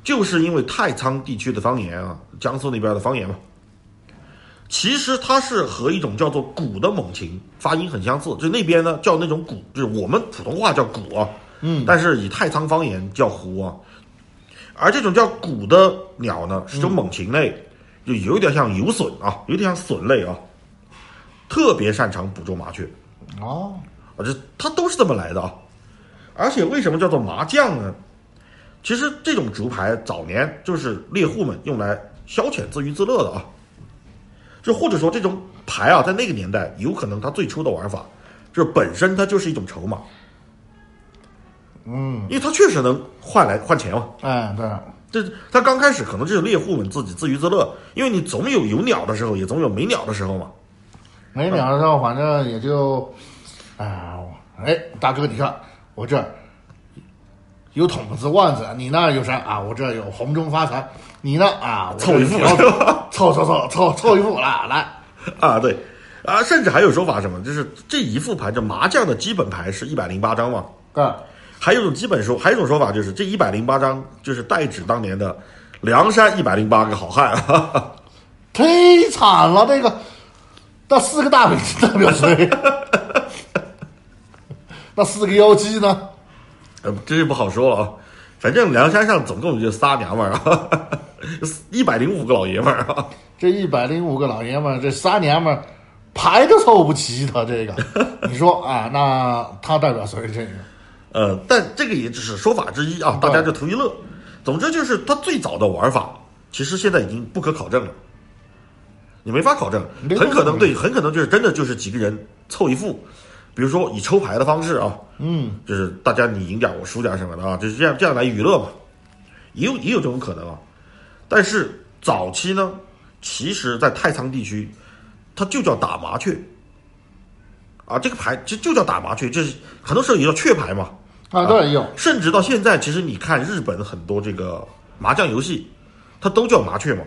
Speaker 2: 就是因为太仓地区的方言啊，江苏那边的方言嘛，其实它是和一种叫做鼓的猛禽发音很相似，就那边呢叫那种鼓，就是我们普通话叫鼓啊，嗯，但是以太仓方言叫胡啊。而这种叫鼓的鸟呢，是种猛禽类，就有点像游隼啊，有点像隼类啊，特别擅长捕捉麻雀
Speaker 1: 哦，
Speaker 2: 啊，这它都是这么来的啊。而且为什么叫做麻将呢？其实这种竹牌早年就是猎户们用来消遣、自娱自乐的啊。就或者说这种牌啊，在那个年代有可能它最初的玩法，就是本身它就是一种筹码，
Speaker 1: 嗯，
Speaker 2: 因为它确实能换来换钱嘛、
Speaker 1: 哎，对，
Speaker 2: 这他刚开始可能就是猎户们自己自娱自乐，因为你总有有鸟的时候，也总有没鸟的时候嘛。
Speaker 1: 没鸟的时候，反正也就，啊，哎，大哥，你看我这儿有筒子腕子，你那儿有啥啊？我这儿有红中发财，你呢啊？我这
Speaker 2: 凑一副
Speaker 1: 有条子凑凑凑凑凑一副来来，
Speaker 2: 啊，对，啊，甚至还有说法什么，就是这一副牌，这麻将的基本牌是一百零八张嘛。
Speaker 1: 对，
Speaker 2: 还有一种基本说，还有一种说法就是这一百零八张就是代指当年的梁山一百零八个好汉。 哈哈
Speaker 1: 忒惨了，这个那四个大饼代表 谁？那四个妖姬呢？
Speaker 2: 呃，真是不好说了啊。反正梁山上总共就仨娘们儿啊， 一百零五个老爷们儿啊。
Speaker 1: 这一百零五个老爷们儿，这仨娘们儿牌都凑不齐，他这个， 你说啊，那他代表谁？这个，
Speaker 2: 呃，但这个也只是说法之一啊，大家就图一乐。总之就是它最早的玩法，其实现在已经不可考证了，你没法考证，
Speaker 1: 没法
Speaker 2: 很可
Speaker 1: 考
Speaker 2: 能
Speaker 1: 证
Speaker 2: 对，很可能就是真的就是几个人凑一副，比如说以抽牌的方式啊，嗯，就是大家你赢点我输点什么的啊，就是这样这样来娱乐嘛，也有也有这种可能啊。但是早期呢，其实在太仓地区，它就叫打麻雀。啊，这个牌就就叫打麻雀，就是很多时候也叫雀牌嘛，
Speaker 1: 啊，对，有，
Speaker 2: 甚至到现在，其实你看日本很多这个麻将游戏，它都叫麻雀嘛，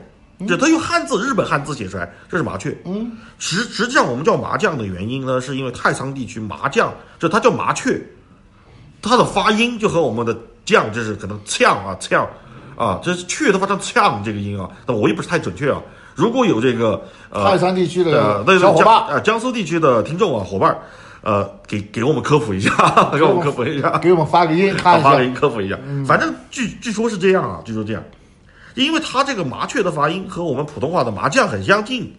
Speaker 2: 就它用汉字日本汉字写出来，这是麻雀。嗯，实实际上我们叫麻将的原因呢，是因为太仓地区麻将，就它叫麻雀，它的发音就和我们的将就是可能呛啊呛啊，这是雀的发成呛这个音啊，但我也不是太准确啊。如果有这个呃
Speaker 1: 泰山地区的，
Speaker 2: 呃那
Speaker 1: 小伙
Speaker 2: 江
Speaker 1: 伴
Speaker 2: 呃江苏地区的听众啊伙伴儿，呃给给我们科普一下， 给我们科普一下。
Speaker 1: 给我们发个音看一
Speaker 2: 发给
Speaker 1: 下。
Speaker 2: 您科普一下。反正据据说是这样啊，据说这样，因为它这个麻雀的发音和我们普通话的麻将很相近，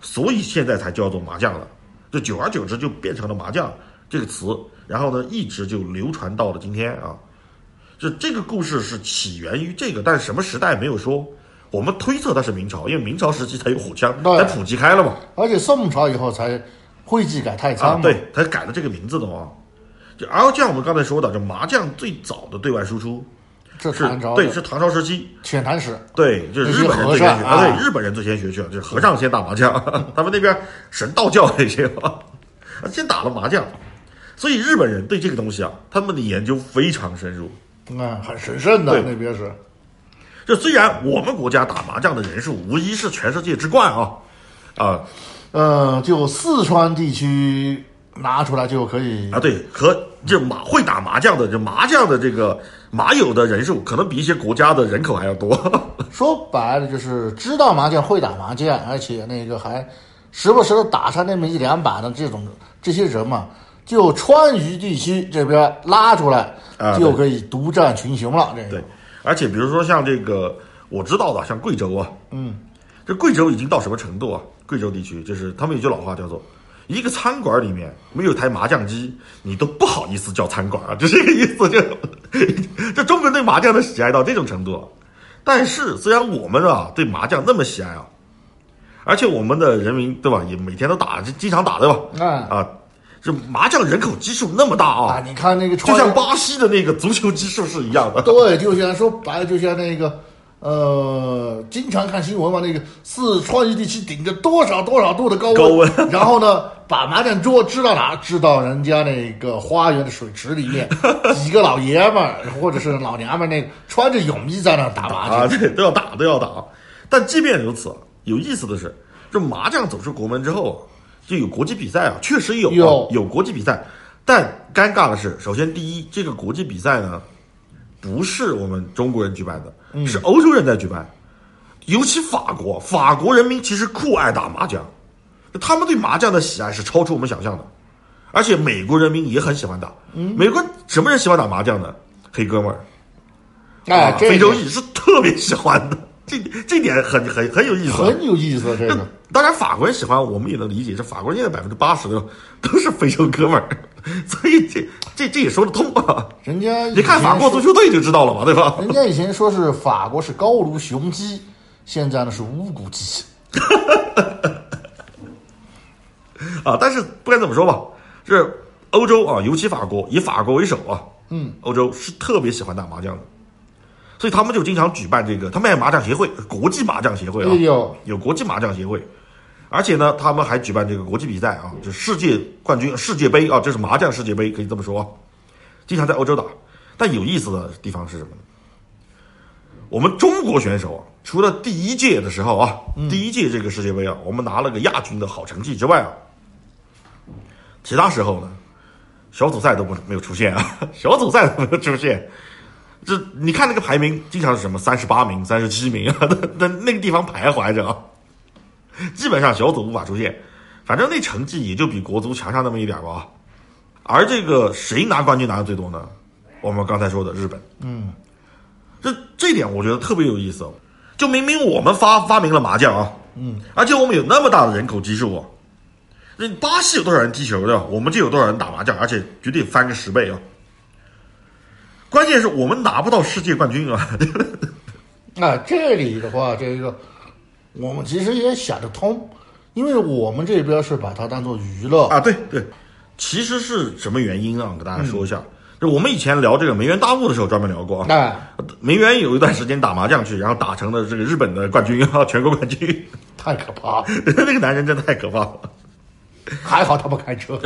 Speaker 2: 所以现在才叫做麻将了。就久而久之就变成了麻将这个词，然后呢一直就流传到了今天啊。就这个故事是起源于这个，但是什么时代没有说。我们推测它是明朝，因为明朝时期才有虎腔，
Speaker 1: 对
Speaker 2: 才普及开了嘛。
Speaker 1: 而且宋朝以后才会稽改太仓
Speaker 2: 啊，
Speaker 1: 嘛，
Speaker 2: 对，他改了这个名字的嘛。就然后像我们刚才说的，就麻将最早的对外输出
Speaker 1: 这
Speaker 2: 是
Speaker 1: 唐朝
Speaker 2: 对，
Speaker 1: 的
Speaker 2: 是唐朝时期，
Speaker 1: 遣唐使，
Speaker 2: 对，就是
Speaker 1: 那些
Speaker 2: 日本人
Speaker 1: 和
Speaker 2: 最先
Speaker 1: 尚
Speaker 2: 学，
Speaker 1: 啊
Speaker 2: 对，日本人最先学去了，就是和尚先打麻将， 他们那边神道教那些嘛，先打了麻将，所以日本人对这个东西啊，他们的研究非常深入。
Speaker 1: 嗯，很神圣的
Speaker 2: 对
Speaker 1: 那边是，
Speaker 2: 就虽然我们国家打麻将的人数无疑是全世界之冠啊，啊
Speaker 1: 呃，就四川地区拿出来就可以
Speaker 2: 啊，对，和就马会打麻将的，就麻将的这个麻友的人数，可能比一些国家的人口还要多。
Speaker 1: 说白了就是知道麻将会打麻将，而且那个还时不时的打上那么一两把的这种这些人嘛，就川渝地区这边拉出来，
Speaker 2: 啊
Speaker 1: 就可以独占群雄了。这个
Speaker 2: 对，而且比如说像这个我知道的，像贵州啊，嗯，这贵州已经到什么程度啊？贵州地区就是他们有句老话叫做。一个餐馆里面没有台麻将机，你都不好意思叫餐馆啊， 就这个意思就，就中国人对麻将的喜爱到这种程度啊。但是虽然我们啊对麻将那么喜爱啊，而且我们的人民对吧，也每天都打，就经常打对吧？
Speaker 1: 嗯
Speaker 2: 啊，这麻将人口基数那么大
Speaker 1: 啊，
Speaker 2: 啊，
Speaker 1: 你看那个
Speaker 2: 就
Speaker 1: 川，
Speaker 2: 像巴西的那个足球基数是一样的。
Speaker 1: 对，就像说白了，就像那个呃，经常看新闻嘛，那个四川渝地区顶着多少多少度的高温，
Speaker 2: 高温
Speaker 1: 然后呢，把麻将桌支到哪？支到人家那个花园的水池里 面，几个老爷们儿或者是老娘们儿，那个穿着泳衣在那打麻将。
Speaker 2: 啊，对，都要打，都要打。但即便如此，有意思的是，这麻将走出国门之后啊，就有国际比赛啊，确实有啊
Speaker 1: 有
Speaker 2: 有国际比赛。但尴尬的是，首先第一，这个国际比赛呢，不是我们中国人举办的，
Speaker 1: 嗯
Speaker 2: 是欧洲人在举办。尤其法国，法国人民其实酷爱打麻将，他们对麻将的喜爱是超出我们想象的。而且美国人民也很喜欢打，
Speaker 1: 嗯
Speaker 2: 美国什么人喜欢打麻将呢？黑哥们儿，
Speaker 1: 哎，
Speaker 2: 啊
Speaker 1: 这
Speaker 2: 非洲
Speaker 1: 个
Speaker 2: 裔是特别喜欢的， 这这点很很很有意思啊。
Speaker 1: 很有意思，这个
Speaker 2: 当然，法国人喜欢我们也能理解，这法国人现在百分之八十的都 是非洲哥们儿， 所以这这这也说得通 啊。
Speaker 1: 人家
Speaker 2: 你看法国足球队就知道了嘛，对吧？
Speaker 1: 人家以前说是法国是高卢雄鸡，现在呢是乌骨鸡。
Speaker 2: 啊，但是不管怎么说吧，这欧洲啊，尤其法国，以法国为首啊，嗯，欧洲是特别喜欢打麻将的，所以他们就经常举办这个，他们还有麻将协会，国际麻将协会啊，
Speaker 1: 哎呦
Speaker 2: 有国际麻将协会，而且呢，他们还举办这个国际比赛啊，就是世界冠军、世界杯啊，这是麻将世界杯，可以这么说啊，经常在欧洲打。但有意思的地方是什么呢？我们中国选手啊，除了第一届的时候啊，第一届这个世界杯啊，我们拿了个亚军的好成绩之外啊，其他时候呢，小组赛都不没有出现啊， 小组赛都没有出现。这你看那个排名，经常是什么三十八名、三十七名 啊，那那那个地方徘徊着啊，基本上小组无法出现。反正那成绩也就比国足强上那么一点儿吧。而这个谁拿冠军拿的最多呢？我们刚才说的日本，嗯，这这点我觉得特别有意思哦。就明明我们发发明了麻将啊，嗯，而且我们有那么大的人口基数啊，那巴西有多少人踢球的，我们就有多少人打麻将，而且绝对翻个十倍啊！关键是我们拿不到世界冠军啊！
Speaker 1: 那啊这里的话，这个我们其实也想得通，因为我们这边是把它当做娱乐，
Speaker 2: 啊，对对，其实是什么原因啊？给大家说一下，就我们以前聊这个梅园大雾的时候专门聊过啊。
Speaker 1: 哎，
Speaker 2: 梅园有一段时间打麻将去，然后打成了这个日本的冠军啊，全国冠军。
Speaker 1: 太可怕了。
Speaker 2: 那个男人真的太可怕了，
Speaker 1: 还好他不开车，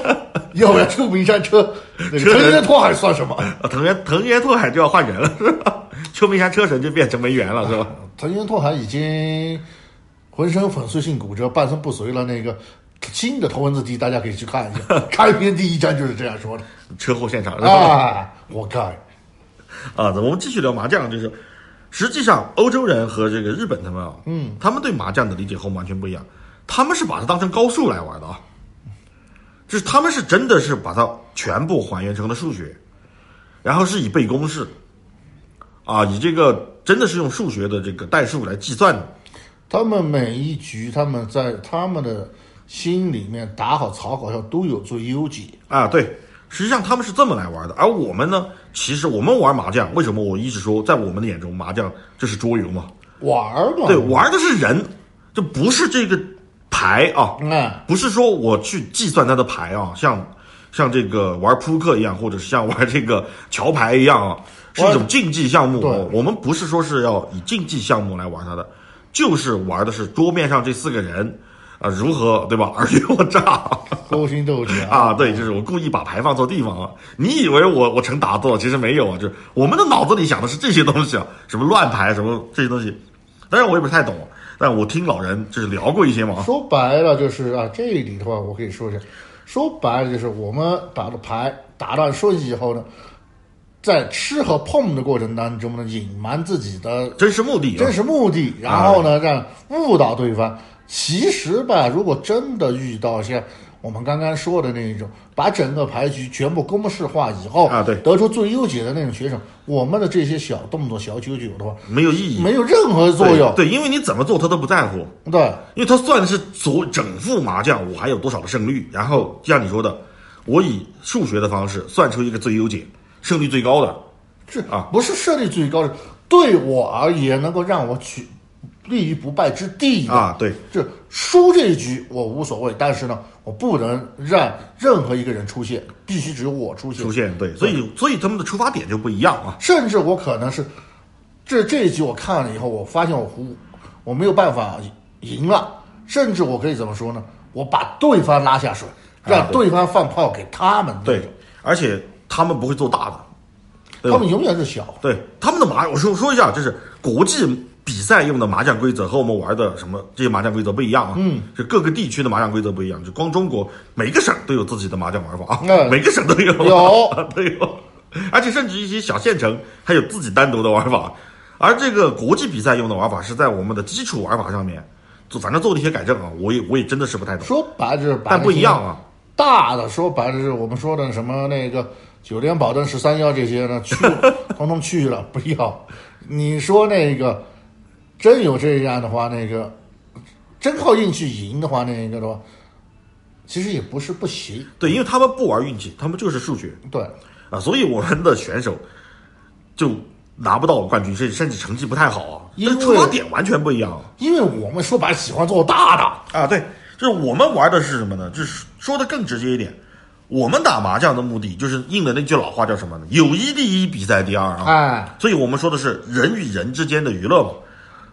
Speaker 1: 要不然出名山车，那
Speaker 2: 车
Speaker 1: 个陈天拓还算什么？
Speaker 2: 啊藤原藤原拓海就要换人了，是吧？秋名山车神就变成梅园了，是吧？
Speaker 1: 陈天拓还已经浑身粉碎性骨折，半身不遂了。那个新的头文字 D，大家可以去看一 下，开篇第一章就是这样说的。
Speaker 2: 车祸现场是吧？
Speaker 1: 啊，活该。
Speaker 2: 啊，我们继续聊麻将，就是实际上欧洲人和这个日本他们啊，嗯，他们对麻将的理解和我们完全不一样，他们是把它当成高数来玩的啊，就是他们是真的是把它全部还原成了数学，然后是以背公式，啊，以这个真的是用数学的这个代数来计算的，
Speaker 1: 他们每一局，他们在他们的心里面打好草稿上都有最优解。
Speaker 2: 啊，对，实际上他们是这么来玩的，而我们呢，其实我们玩麻将，为什么我一直说，在我们的眼中，麻将就是桌游嘛，
Speaker 1: 玩儿嘛，
Speaker 2: 对，玩的是人，这不是这个牌啊，
Speaker 1: 嗯，
Speaker 2: 不是说我去计算它的牌啊，像像这个玩扑克一样，或者是像玩这个桥牌一样啊，是一种竞技项目。
Speaker 1: 对
Speaker 2: 哦我们不是说是要以竞技项目来玩它的，就是玩的是桌面上这四个人啊、如何对吧？尔虞我诈
Speaker 1: 勾心斗角
Speaker 2: 啊，对，就是我故意把牌放错地方啊。你以为我我成打坐，其实没有啊，就是我们的脑子里想的是这些东西啊，什么乱牌，什么这些东西。当然我也不太懂，啊但我听老人就是聊过一些嘛啊。
Speaker 1: 说白了就是啊，这里的话我可以说一下，说白了就是我们把的牌打乱顺序以后呢，在吃和碰的过程当中呢，隐瞒自己的
Speaker 2: 真实目的、啊，
Speaker 1: 真实目的，然后呢让误导对方。其实吧，如果真的遇到像我们刚刚说的那一种，把整个牌局全部公式化以后
Speaker 2: 啊对
Speaker 1: 得出最优解的那种选手，我们的这些小动作、小九九的话，
Speaker 2: 没有意义，
Speaker 1: 没有任何作用。
Speaker 2: 对，对因为你怎么做他都不在乎，
Speaker 1: 对
Speaker 2: 因为他算的是所整副麻将，我还有多少的胜率，然后就像你说的，我以数学的方式算出一个最优解，胜率最高的。
Speaker 1: 是
Speaker 2: 啊，
Speaker 1: 不是胜率最高的，对我而言能够让我取立于不败之地的
Speaker 2: 啊对，
Speaker 1: 这输这一局我无所谓，但是呢，我不能让任何一个人出现，必须只有我出现。
Speaker 2: 出现对，所以所以他们的出发点就不一样啊。
Speaker 1: 甚至我可能是这这一局我看了以后，我发现我胡我没有办法赢了，甚至我可以怎么说呢？我把对方拉下水，让对方放炮给他们。
Speaker 2: 啊对，，而且他们不会做大的，对吧
Speaker 1: 他们永远是小。
Speaker 2: 对他们的麻，我说说一下，就是国际比赛用的麻将规则和我们玩的什么这些麻将规则不一样啊。嗯，就各个地区的麻将规则不一样，就光中国每个省都有自己的麻将玩法啊，
Speaker 1: 嗯
Speaker 2: 每个省都有
Speaker 1: 有
Speaker 2: 都有，而且甚至一些小县城还有自己单独的玩法。而这个国际比赛用的玩法是在我们的基础玩法上面做，反正做了一些改正啊，我也我也真的是不太懂，
Speaker 1: 说白了就是把
Speaker 2: 但不
Speaker 1: 那些
Speaker 2: 一样啊。
Speaker 1: 大的说白了就是我们说的什么那个九连保证十三幺这些呢，去统统去了，不要。你说那个真有这样的话，那个真靠运气赢的话，那个的话，其实也不是不行。
Speaker 2: 对，因为他们不玩运气，他们就是数学。
Speaker 1: 对，
Speaker 2: 啊，所以我们的选手就拿不到冠军，甚甚至成绩不太好啊，
Speaker 1: 因
Speaker 2: 这
Speaker 1: 为
Speaker 2: 出发点完全不一样啊
Speaker 1: 因为我们说白了喜欢做大的，
Speaker 2: 啊。对，就是我们玩的是什么呢？就是说的更直接一点，我们打麻将的目的就是应了那句老话叫什么呢？友谊第一，比赛第二啊。
Speaker 1: 哎，
Speaker 2: 所以我们说的是人与人之间的娱乐嘛。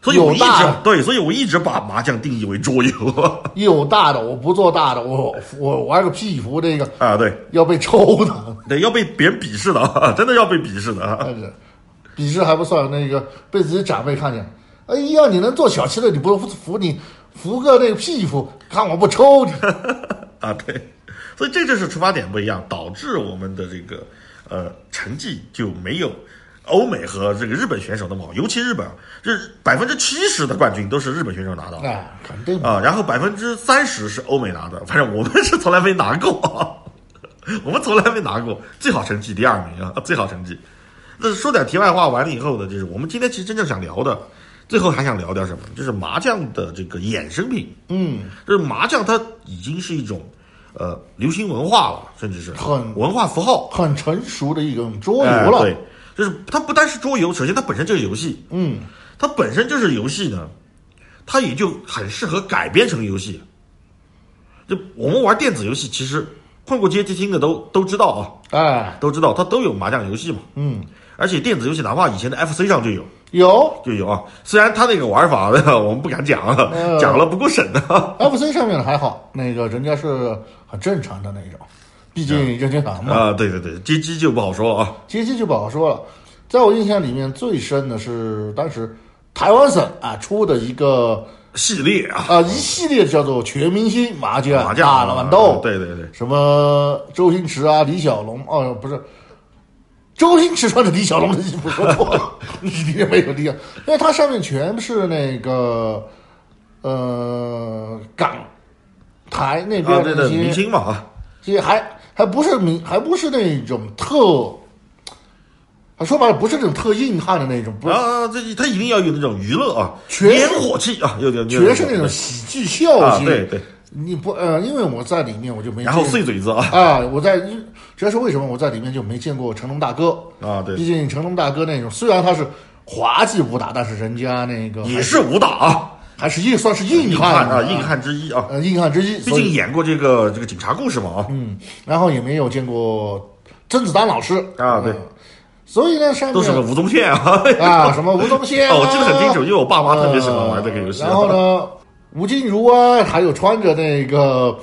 Speaker 2: 所以
Speaker 1: 有
Speaker 2: 我一
Speaker 1: 大
Speaker 2: 直
Speaker 1: 的
Speaker 2: 对，所以我一直把麻将定义为桌游
Speaker 1: 有大的我不做大的，我我玩个屁服这个
Speaker 2: 啊，对
Speaker 1: 要被抽的。
Speaker 2: 对，要被别人鄙视的啊，真的要被鄙视的啊。
Speaker 1: 但是鄙视还不算，那个被自己长辈看见，哎呀，你能做小七的，你不服你服个那个屁股，看我不 抽你！
Speaker 2: 啊，对，所以这就是出发点不一样，导致我们的这个呃成绩就没有欧美和这个日本选手那么好，尤其日本，这百分之七十的冠军都是日本选手拿到的
Speaker 1: 那哎肯定
Speaker 2: 啊，然后百分之三十是欧美拿的，反正我们是从来没拿过， 我们从来没拿过最好成绩第二名啊，最好成绩。那说点题外话，完了以后呢，就是我们今天其实真正想聊的，最后还想聊点什么？就是麻将的这个衍生品。嗯，就是麻将它已经是一种呃流行文化了，甚至是
Speaker 1: 很
Speaker 2: 文化符号。
Speaker 1: 很成熟的一种桌游
Speaker 2: 哎
Speaker 1: 了。
Speaker 2: 对，就是它不单是桌游，首先它本身就是游戏，嗯，它本身就是游戏呢，它也就很适合改编成游戏。就我们玩电子游戏，其实混过街机厅的都都知道啊，
Speaker 1: 哎，
Speaker 2: 都知道它都有麻将游戏嘛，嗯，而且电子游戏哪怕以前的 FC 上就有
Speaker 1: 有
Speaker 2: 就有啊，虽然它那个玩法呢， 我们不敢讲啊，讲了不过审的啊。
Speaker 1: FC 上面的还好，那个人家是很正常的那种，毕竟任天堂嘛。
Speaker 2: 啊，对对对，街机就不好说啊，
Speaker 1: 其实这就不好说了。在我印象里面最深的是当时台湾省啊出的一个
Speaker 2: 系列啊，
Speaker 1: 啊一系列叫做全明星麻将
Speaker 2: 麻将
Speaker 1: 大
Speaker 2: 啊
Speaker 1: 乱斗，
Speaker 2: 对对对，
Speaker 1: 什么周星驰啊、李小龙哦，不是，周星驰穿着李小龙的衣服，说错了，你里面没有李小，因为它上面全是那个呃港台那
Speaker 2: 啊
Speaker 1: 边
Speaker 2: 对
Speaker 1: 的那
Speaker 2: 对，明
Speaker 1: 些，
Speaker 2: 星嘛啊，
Speaker 1: 这些还还不是明，还不是那种特。啊说白了，不是那种特硬汉的那种，不是，
Speaker 2: 然后啊这他一定要有那种娱乐啊，
Speaker 1: 全是
Speaker 2: 烟火气啊，有点
Speaker 1: 全是那种喜剧笑
Speaker 2: 啊，
Speaker 1: 星。
Speaker 2: 对对，
Speaker 1: 你不呃，因为我在里面我就没
Speaker 2: 然后
Speaker 1: 见
Speaker 2: 碎嘴子啊
Speaker 1: 啊，我在主要是为什么我在里面就没见过成龙大哥
Speaker 2: 啊对
Speaker 1: 毕竟成龙大哥那种虽然他是滑稽武打，但是人家那个
Speaker 2: 也是武打啊，
Speaker 1: 还是硬算是硬
Speaker 2: 硬
Speaker 1: 汉
Speaker 2: 汉啊，硬汉之一啊，
Speaker 1: 呃硬汉之一，
Speaker 2: 毕
Speaker 1: 所以
Speaker 2: 竟演过这个这个警察故事嘛啊，
Speaker 1: 嗯，然后也没有见过甄子丹老师
Speaker 2: 啊对
Speaker 1: 嗯所以呢上面
Speaker 2: 都是个吴宗宪啊，
Speaker 1: 啊什么 吴宗宪、啊，嗯
Speaker 2: 哦，我记得很清楚，因为我爸妈特别喜欢玩这个游戏啊。
Speaker 1: 然后呢，吴君如啊，还有穿着那个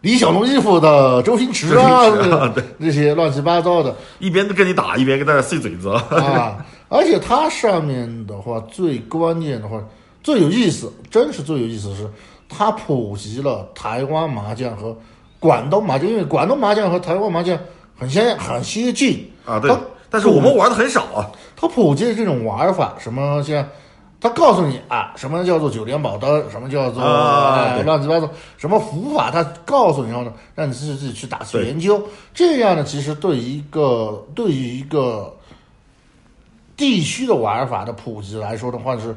Speaker 1: 李小龙衣服的周星驰啊，
Speaker 2: 周星 驰啊
Speaker 1: 这这些乱七八糟的
Speaker 2: 一边跟你打，一边跟大家碎嘴子啊。
Speaker 1: 啊。而且它上面的话，最关键的话，最有意思，真是最有意思的是，它普及了台湾麻将和广东麻将，因为广东麻将和台湾麻将很相很接近
Speaker 2: 啊，对
Speaker 1: 它，
Speaker 2: 但是我们玩的很少啊。
Speaker 1: 它普及的这种玩法，什么像，它告诉你啊，什么叫做九连宝灯，什么叫做、
Speaker 2: 啊
Speaker 1: 哎
Speaker 2: 对
Speaker 1: 乱七八糟，什么伏法，它告诉你后呢，让你自己自己去打去
Speaker 2: 对
Speaker 1: 研究。这样呢，其实对一个对于一个地区的玩法的普及来说的话是，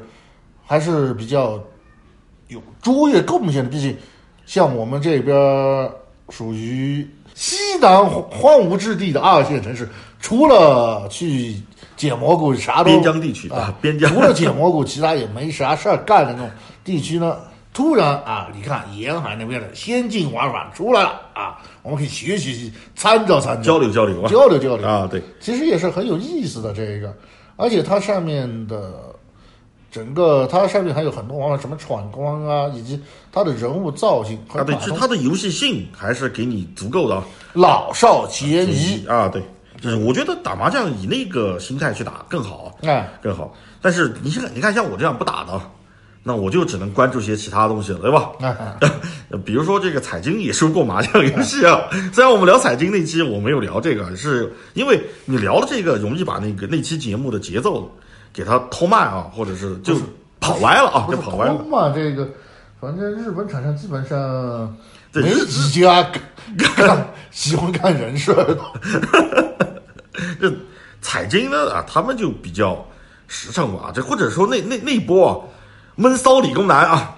Speaker 1: 还是比较有卓越贡献的。毕竟像我们这边儿属于西南荒荒芜之地的二线城市，除了去捡蘑菇，啥都
Speaker 2: 边疆地区
Speaker 1: 啊
Speaker 2: 啊，边疆
Speaker 1: 除了捡蘑菇，其他也没啥事儿干的那种地区呢。突然啊，你看沿海那边的先进玩法出来了啊，我们可以学习学习，参照参照，
Speaker 2: 交流交流啊。
Speaker 1: 交流交流
Speaker 2: 啊，对，
Speaker 1: 其实也是很有意思的这一个，而且它上面的整个它上面还有很多玩法，什么闯关啊，以及它的人物造型和
Speaker 2: 啊对，
Speaker 1: 卡
Speaker 2: 其实
Speaker 1: 通
Speaker 2: 它的游戏性还是给你足够的啊
Speaker 1: 老少皆宜。
Speaker 2: 啊，对，就是我觉得打麻将以那个心态去打更好啊，
Speaker 1: 哎，
Speaker 2: 更好。但是你看，你看像我这样不打的啊，那我就只能关注些其他东西了，对吧？
Speaker 1: 啊，
Speaker 2: 比如说这个彩金也是过麻将游戏啊，虽然我们聊彩金那期我没有聊这个，是因为你聊了这个容易把那个那期节目的节奏给它拖慢啊，或者是就跑歪了啊，
Speaker 1: 不
Speaker 2: 就是跑歪了。
Speaker 1: 通嘛，这个反正日本厂商基本上
Speaker 2: 对
Speaker 1: 没
Speaker 2: 日
Speaker 1: 几家干干喜欢干人事儿的。
Speaker 2: 这彩金呢啊，他们就比较实诚啊，这或者说那那那一波啊，闷骚理工男啊，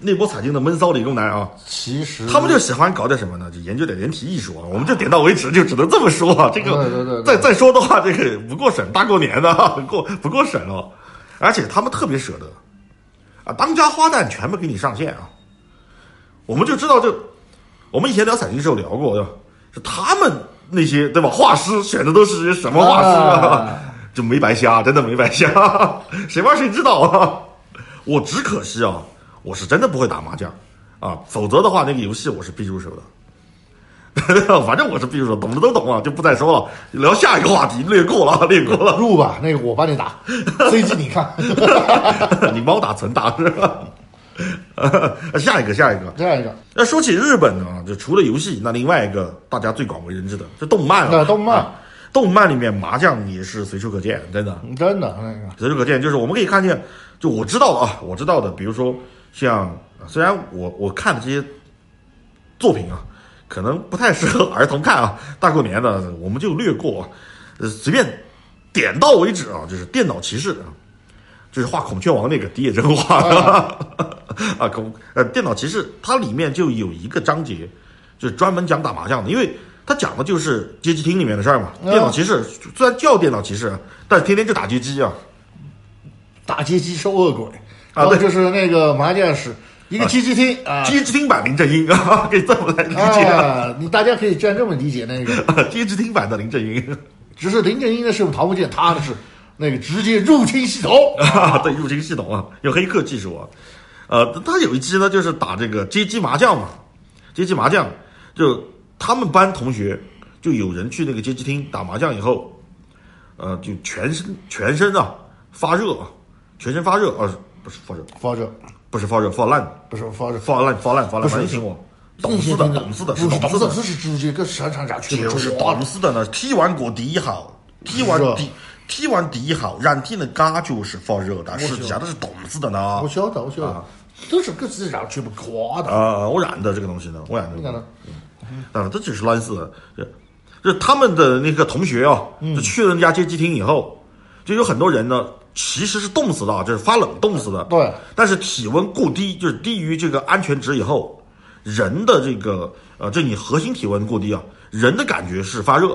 Speaker 2: 那波彩金的闷骚理工男啊，
Speaker 1: 其实
Speaker 2: 他们就喜欢搞点什么呢？就研究点人体艺术啊，我们就点到为止，就只能这么说啊。这个
Speaker 1: 对对对对
Speaker 2: 再再说的话，这个不过审，大过年的啊过不过审了。而且他们特别舍得啊，当家花旦全部给你上线啊。我们就知道这，我们以前聊彩金时候聊过，对吧？是他们那些对吧？画师选的都是些什么画师啊
Speaker 1: 啊？
Speaker 2: 就没白瞎， 真的没白瞎，谁玩谁知道啊。我只可惜啊，我是真的不会打麻将啊，否则的话那个游戏我是必入手的。 反正我是必入手，懂的都懂啊了，就不再说了。聊下一个话题，略过了，略过了。
Speaker 1: 入吧，那个我帮你打 CG，你看
Speaker 2: 你猫打纯打是吧？ 下一个，下一个。
Speaker 1: 这样一个。
Speaker 2: 那说起日本呢，就除了游戏，那另外一个大家最广为人知的，就动漫了。
Speaker 1: 那动漫
Speaker 2: 啊动漫里面麻将也是随处可见，真的。
Speaker 1: 真的那个，
Speaker 2: 随处可见，就是我们可以看见，就我知道的啊，我知道的，比如说像，虽然我我看的这些作品啊，可能不太适合儿童看啊，大过年的我们就略过，啊，呃，随便点到为止啊，就是电脑骑士啊，就是画孔雀王那个迪野真画的 啊，孔呃，电脑骑士它里面就有一个章节，就是专门讲打麻将的，因为。它讲的就是街机厅里面的事儿嘛。
Speaker 1: 嗯
Speaker 2: 电脑骑士虽然叫电脑骑士，啊但是天天就打街机啊。
Speaker 1: 打街机收恶鬼，
Speaker 2: 啊
Speaker 1: 然
Speaker 2: 对
Speaker 1: 后就是那个麻将室，一个街机厅啊，
Speaker 2: 街机厅版林正英 啊，可以这么 来理解 啊，
Speaker 1: 啊，你大家可以这样这么理解那个，
Speaker 2: 街机厅版的林正英
Speaker 1: 只是林正英的是我们桃木剑，他的是那个直接入侵系统，
Speaker 2: 啊，对入侵系统啊，有黑客技术啊，呃，他有一期呢就是打这个街机麻将嘛，街机麻将就他们班同学就有人去那个街机厅打麻将以后，呃，就全身全身啊发热啊，全身发热啊，不是发热，
Speaker 1: 发射
Speaker 2: 不是发热，发烂，
Speaker 1: 不是发射，
Speaker 2: 发烂，发烂，发烂，
Speaker 1: 不是
Speaker 2: 反正听我。懂事的，懂事的，是
Speaker 1: 不是
Speaker 2: 懂
Speaker 1: 懂
Speaker 2: 事
Speaker 1: 事
Speaker 2: 的
Speaker 1: 的，，是直接跟闪闪闪去
Speaker 2: 就是懂事的呢，踢完果第一好，踢完
Speaker 1: 是
Speaker 2: 第踢完第一好，染天的嘎就是放热的，是假的是懂事的呢。
Speaker 1: 我晓得，我晓得，都是跟自己全部夸的，
Speaker 2: 啊，我染的这个东西呢，我染
Speaker 1: 你
Speaker 2: 的
Speaker 1: 看。呢？
Speaker 2: 当然，这只是乱四，这这他们的那个同学啊，就去了人家街机厅以后，就有很多人呢，其实是冻死的啊，就是发冷冻死的。
Speaker 1: 对，
Speaker 2: 但是体温过低，就是低于这个安全值以后，人的这个呃，就你核心体温过低啊，人的感觉是发热。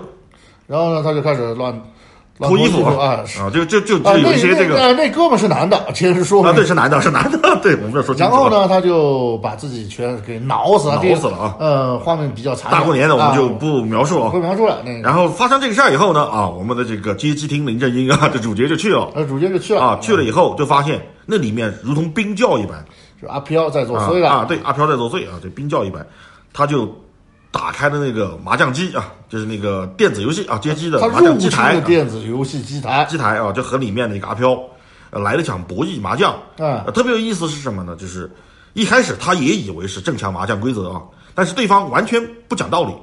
Speaker 1: 然后呢，他就开始乱
Speaker 2: 脱衣服
Speaker 1: 啊，是
Speaker 2: 啊，就就就
Speaker 1: 啊，那
Speaker 2: 就有一些
Speaker 1: 那
Speaker 2: 这个
Speaker 1: 那那哥们是男的，其实说
Speaker 2: 啊，
Speaker 1: 明
Speaker 2: 对，是男的，是男的， 对，我们要说清
Speaker 1: 然
Speaker 2: 楚了。
Speaker 1: 后呢，他就把自己全给挠死了，
Speaker 2: 挠死了啊
Speaker 1: 这个呃，画面比较残忍。
Speaker 2: 大过年的，我们就
Speaker 1: 啊
Speaker 2: 不描述了啊
Speaker 1: 不。描述了。那个，
Speaker 2: 然后发生这个事儿以后呢，啊，我们的这个街机厅林正英啊，这主角就去了
Speaker 1: 呃，主角就去了
Speaker 2: 啊，去了以后就发现那里面如同冰窖一般，
Speaker 1: 是阿飘在作
Speaker 2: 啊
Speaker 1: 祟
Speaker 2: 啊，
Speaker 1: 了。
Speaker 2: 对，阿飘在作祟啊，这冰窖一般，他就打开了那个麻将机啊，就是那个电子游戏啊，街机的
Speaker 1: 他
Speaker 2: 麻
Speaker 1: 入
Speaker 2: 将
Speaker 1: 侵
Speaker 2: 机台
Speaker 1: 了
Speaker 2: 啊，
Speaker 1: 电子游戏机台，
Speaker 2: 机台啊，就和里面的一个阿飘呃来了场博弈麻将。
Speaker 1: 嗯
Speaker 2: 呃特别有意思是什么呢？就是一开始他也以为是正常麻将规则啊，但是对方完全不讲道理，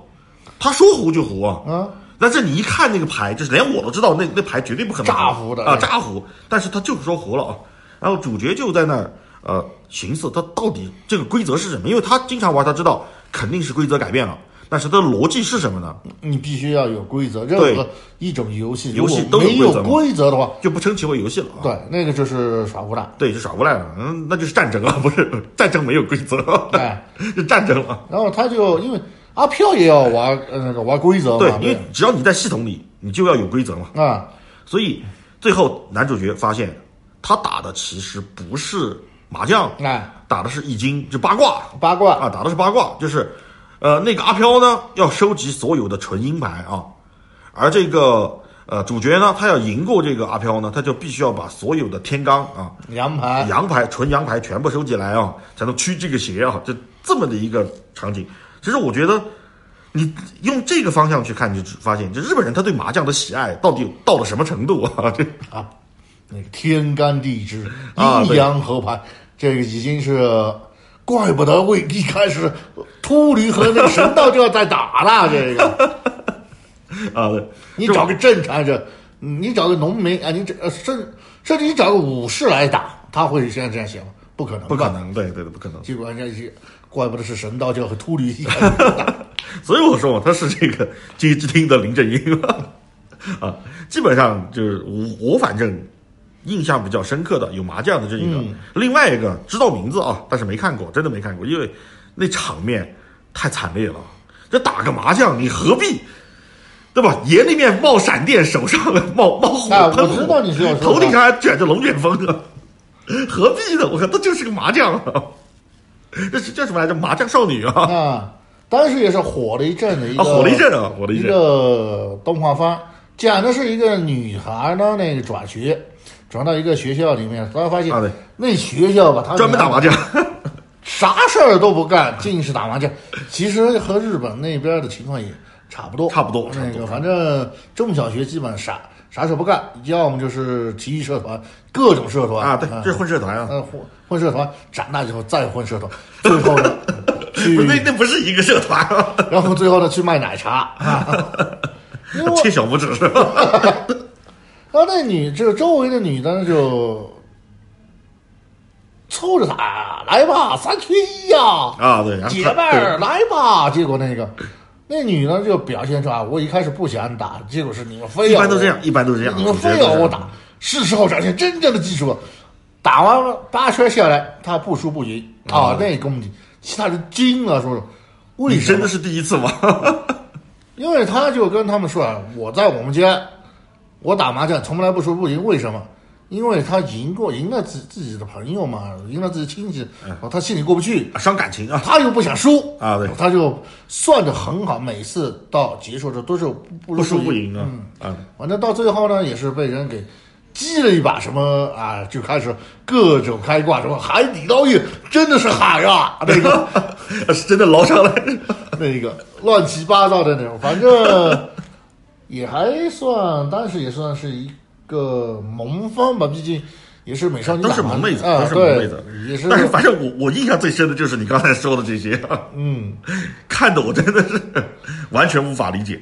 Speaker 2: 他说胡就胡啊。
Speaker 1: 嗯。
Speaker 2: 但是你一看那个牌，就是连我都知道那那牌绝对不可能
Speaker 1: 诈胡的
Speaker 2: 啊，
Speaker 1: 对
Speaker 2: 诈胡。但是他就是说胡了啊。然后主角就在那儿呃寻思，他到底这个规则是什么？因为他经常玩，他知道肯定是规则改变了，但是他的逻辑是什么呢？
Speaker 1: 你必须要有规则，任
Speaker 2: 对
Speaker 1: 何一种游戏
Speaker 2: 游戏
Speaker 1: 如果
Speaker 2: 都有
Speaker 1: 没
Speaker 2: 规则
Speaker 1: 有
Speaker 2: 嘛
Speaker 1: 规则的话，
Speaker 2: 就不称其为游戏了啊。
Speaker 1: 对，那个就是耍无赖。
Speaker 2: 对，就耍无赖了，嗯，那就是战争啊，不 是战争没有规则，啊
Speaker 1: 哎，
Speaker 2: 是战争了。
Speaker 1: 然后他就因为阿飘也要玩呃那个玩规则嘛，
Speaker 2: 对，因为只要你在系统里，你就要有规则嘛。
Speaker 1: 啊，
Speaker 2: 所以最后男主角发现，他打的其实不是麻将，
Speaker 1: 哎，
Speaker 2: 打的是易经，就八卦
Speaker 1: 八卦
Speaker 2: 啊，打的是八卦，就是，呃，那个阿飘呢要收集所有的纯阴牌啊，而这个呃主角呢，他要赢过这个阿飘呢，他就必须要把所有的天罡啊
Speaker 1: 羊盘
Speaker 2: 羊排纯羊排全部收集来啊，才能驱这个邪啊，就这么的一个场景。其实我觉得，你用这个方向去看，你就发现，就日本人他对麻将的喜爱到底有到了什么程度啊？ 这
Speaker 1: 啊，那个天干地支、
Speaker 2: 啊
Speaker 1: 阴
Speaker 2: 对
Speaker 1: 阳合盘，这个已经是。怪不得为一开始秃驴和那个神道就要再打 了，这个
Speaker 2: 啊，
Speaker 1: 你
Speaker 2: 这
Speaker 1: 找个正常人，你找个农民啊，你这呃甚甚至你找个武士来打，他会这样这样写吗？不可能，
Speaker 2: 不可。能，对对对，不可能。
Speaker 1: 结果人家一，怪不得是神道教和秃驴一样
Speaker 2: 所以我说嘛，他是这个街机厅的林正英 啊，基本上就是我我反正印象比较深刻的有麻将的这一个，
Speaker 1: 嗯
Speaker 2: 另外一个知道名字啊，但是没看过，真的没看过，因为那场面太惨烈了。这打个麻将，你何必？对吧？眼里面冒闪电，手上冒冒火
Speaker 1: 啊我
Speaker 2: 喷火，
Speaker 1: 知道你是要说
Speaker 2: 头顶
Speaker 1: 的
Speaker 2: 上还卷着龙卷风啊！何必呢？我靠，这就是个麻将啊！ 这是叫什么来着？麻将少女啊！
Speaker 1: 啊。当时也是火了一阵的一个，
Speaker 2: 啊，火了一阵啊，火了一
Speaker 1: 一
Speaker 2: 阵。
Speaker 1: 个动画番，讲的是一个女孩呢，那个转学，转到一个学校里面，突然发现、
Speaker 2: 啊对
Speaker 1: 那学校吧，他
Speaker 2: 专门打麻将，
Speaker 1: 啥事儿都不干，尽是打麻将。其实和日本那边的情况也差不多，
Speaker 2: 差不多差
Speaker 1: 那
Speaker 2: 不
Speaker 1: 个
Speaker 2: 多
Speaker 1: 反正中小学基本啥啥事儿不干，要么就是体育社团，各种社团
Speaker 2: 啊，对，
Speaker 1: 嗯
Speaker 2: 这是混社团啊，
Speaker 1: 呃，混混社团，长大以后再混社团，最后 呢，去
Speaker 2: 不，那那不是一个社团啊，
Speaker 1: 然后最后呢去卖奶茶。啊、 因 为我
Speaker 2: 切小拇指是吧？
Speaker 1: 然后那女这周围的女的呢就凑着打，来吧，三缺一呀、
Speaker 2: 啊，对，然后
Speaker 1: 姐
Speaker 2: 他
Speaker 1: 妹儿来吧。结果那个那女的就表现出啊，我一开始不想打，结果是你们非
Speaker 2: 对一
Speaker 1: 要
Speaker 2: 般都
Speaker 1: 我
Speaker 2: 这样，一般都这样，
Speaker 1: 你们
Speaker 2: 主角
Speaker 1: 非
Speaker 2: 都
Speaker 1: 要
Speaker 2: 这样
Speaker 1: 我打，是时候展现真正的技术了。打完了八圈下来，他不输不赢啊，那功底，其他人惊了，说是为
Speaker 2: 你
Speaker 1: 什
Speaker 2: 真
Speaker 1: 么
Speaker 2: 的？是第一次吗？
Speaker 1: 因为他就跟他们说啊，我在我们家，我打麻将从来不输不赢，为什么？因为他赢过，赢了自自己的朋友嘛，赢了自己亲戚，他心里过不去，
Speaker 2: 伤感情啊，
Speaker 1: 他又不想输
Speaker 2: 嗯啊对
Speaker 1: 他就算的很好，每次到结束的时候都是不
Speaker 2: 不输不
Speaker 1: 赢。
Speaker 2: 赢啊，啊，
Speaker 1: 反正到最后呢，也是被人给激了一把什么啊，就开始各种开挂，什么海底捞月真的是海啊，那个
Speaker 2: 啊是真的捞上来，
Speaker 1: 嗯 那个乱七八糟的那种，反正也还算，当时也算是一个萌番吧，毕竟也是美少女
Speaker 2: 都是
Speaker 1: 打麻
Speaker 2: 萌妹子，
Speaker 1: 啊
Speaker 2: 都是
Speaker 1: 对
Speaker 2: 萌妹子。
Speaker 1: 也是
Speaker 2: 但是反正我我印象最深的就是你刚才说的这些，啊
Speaker 1: 嗯，
Speaker 2: 看的我真的是 完全无法理解。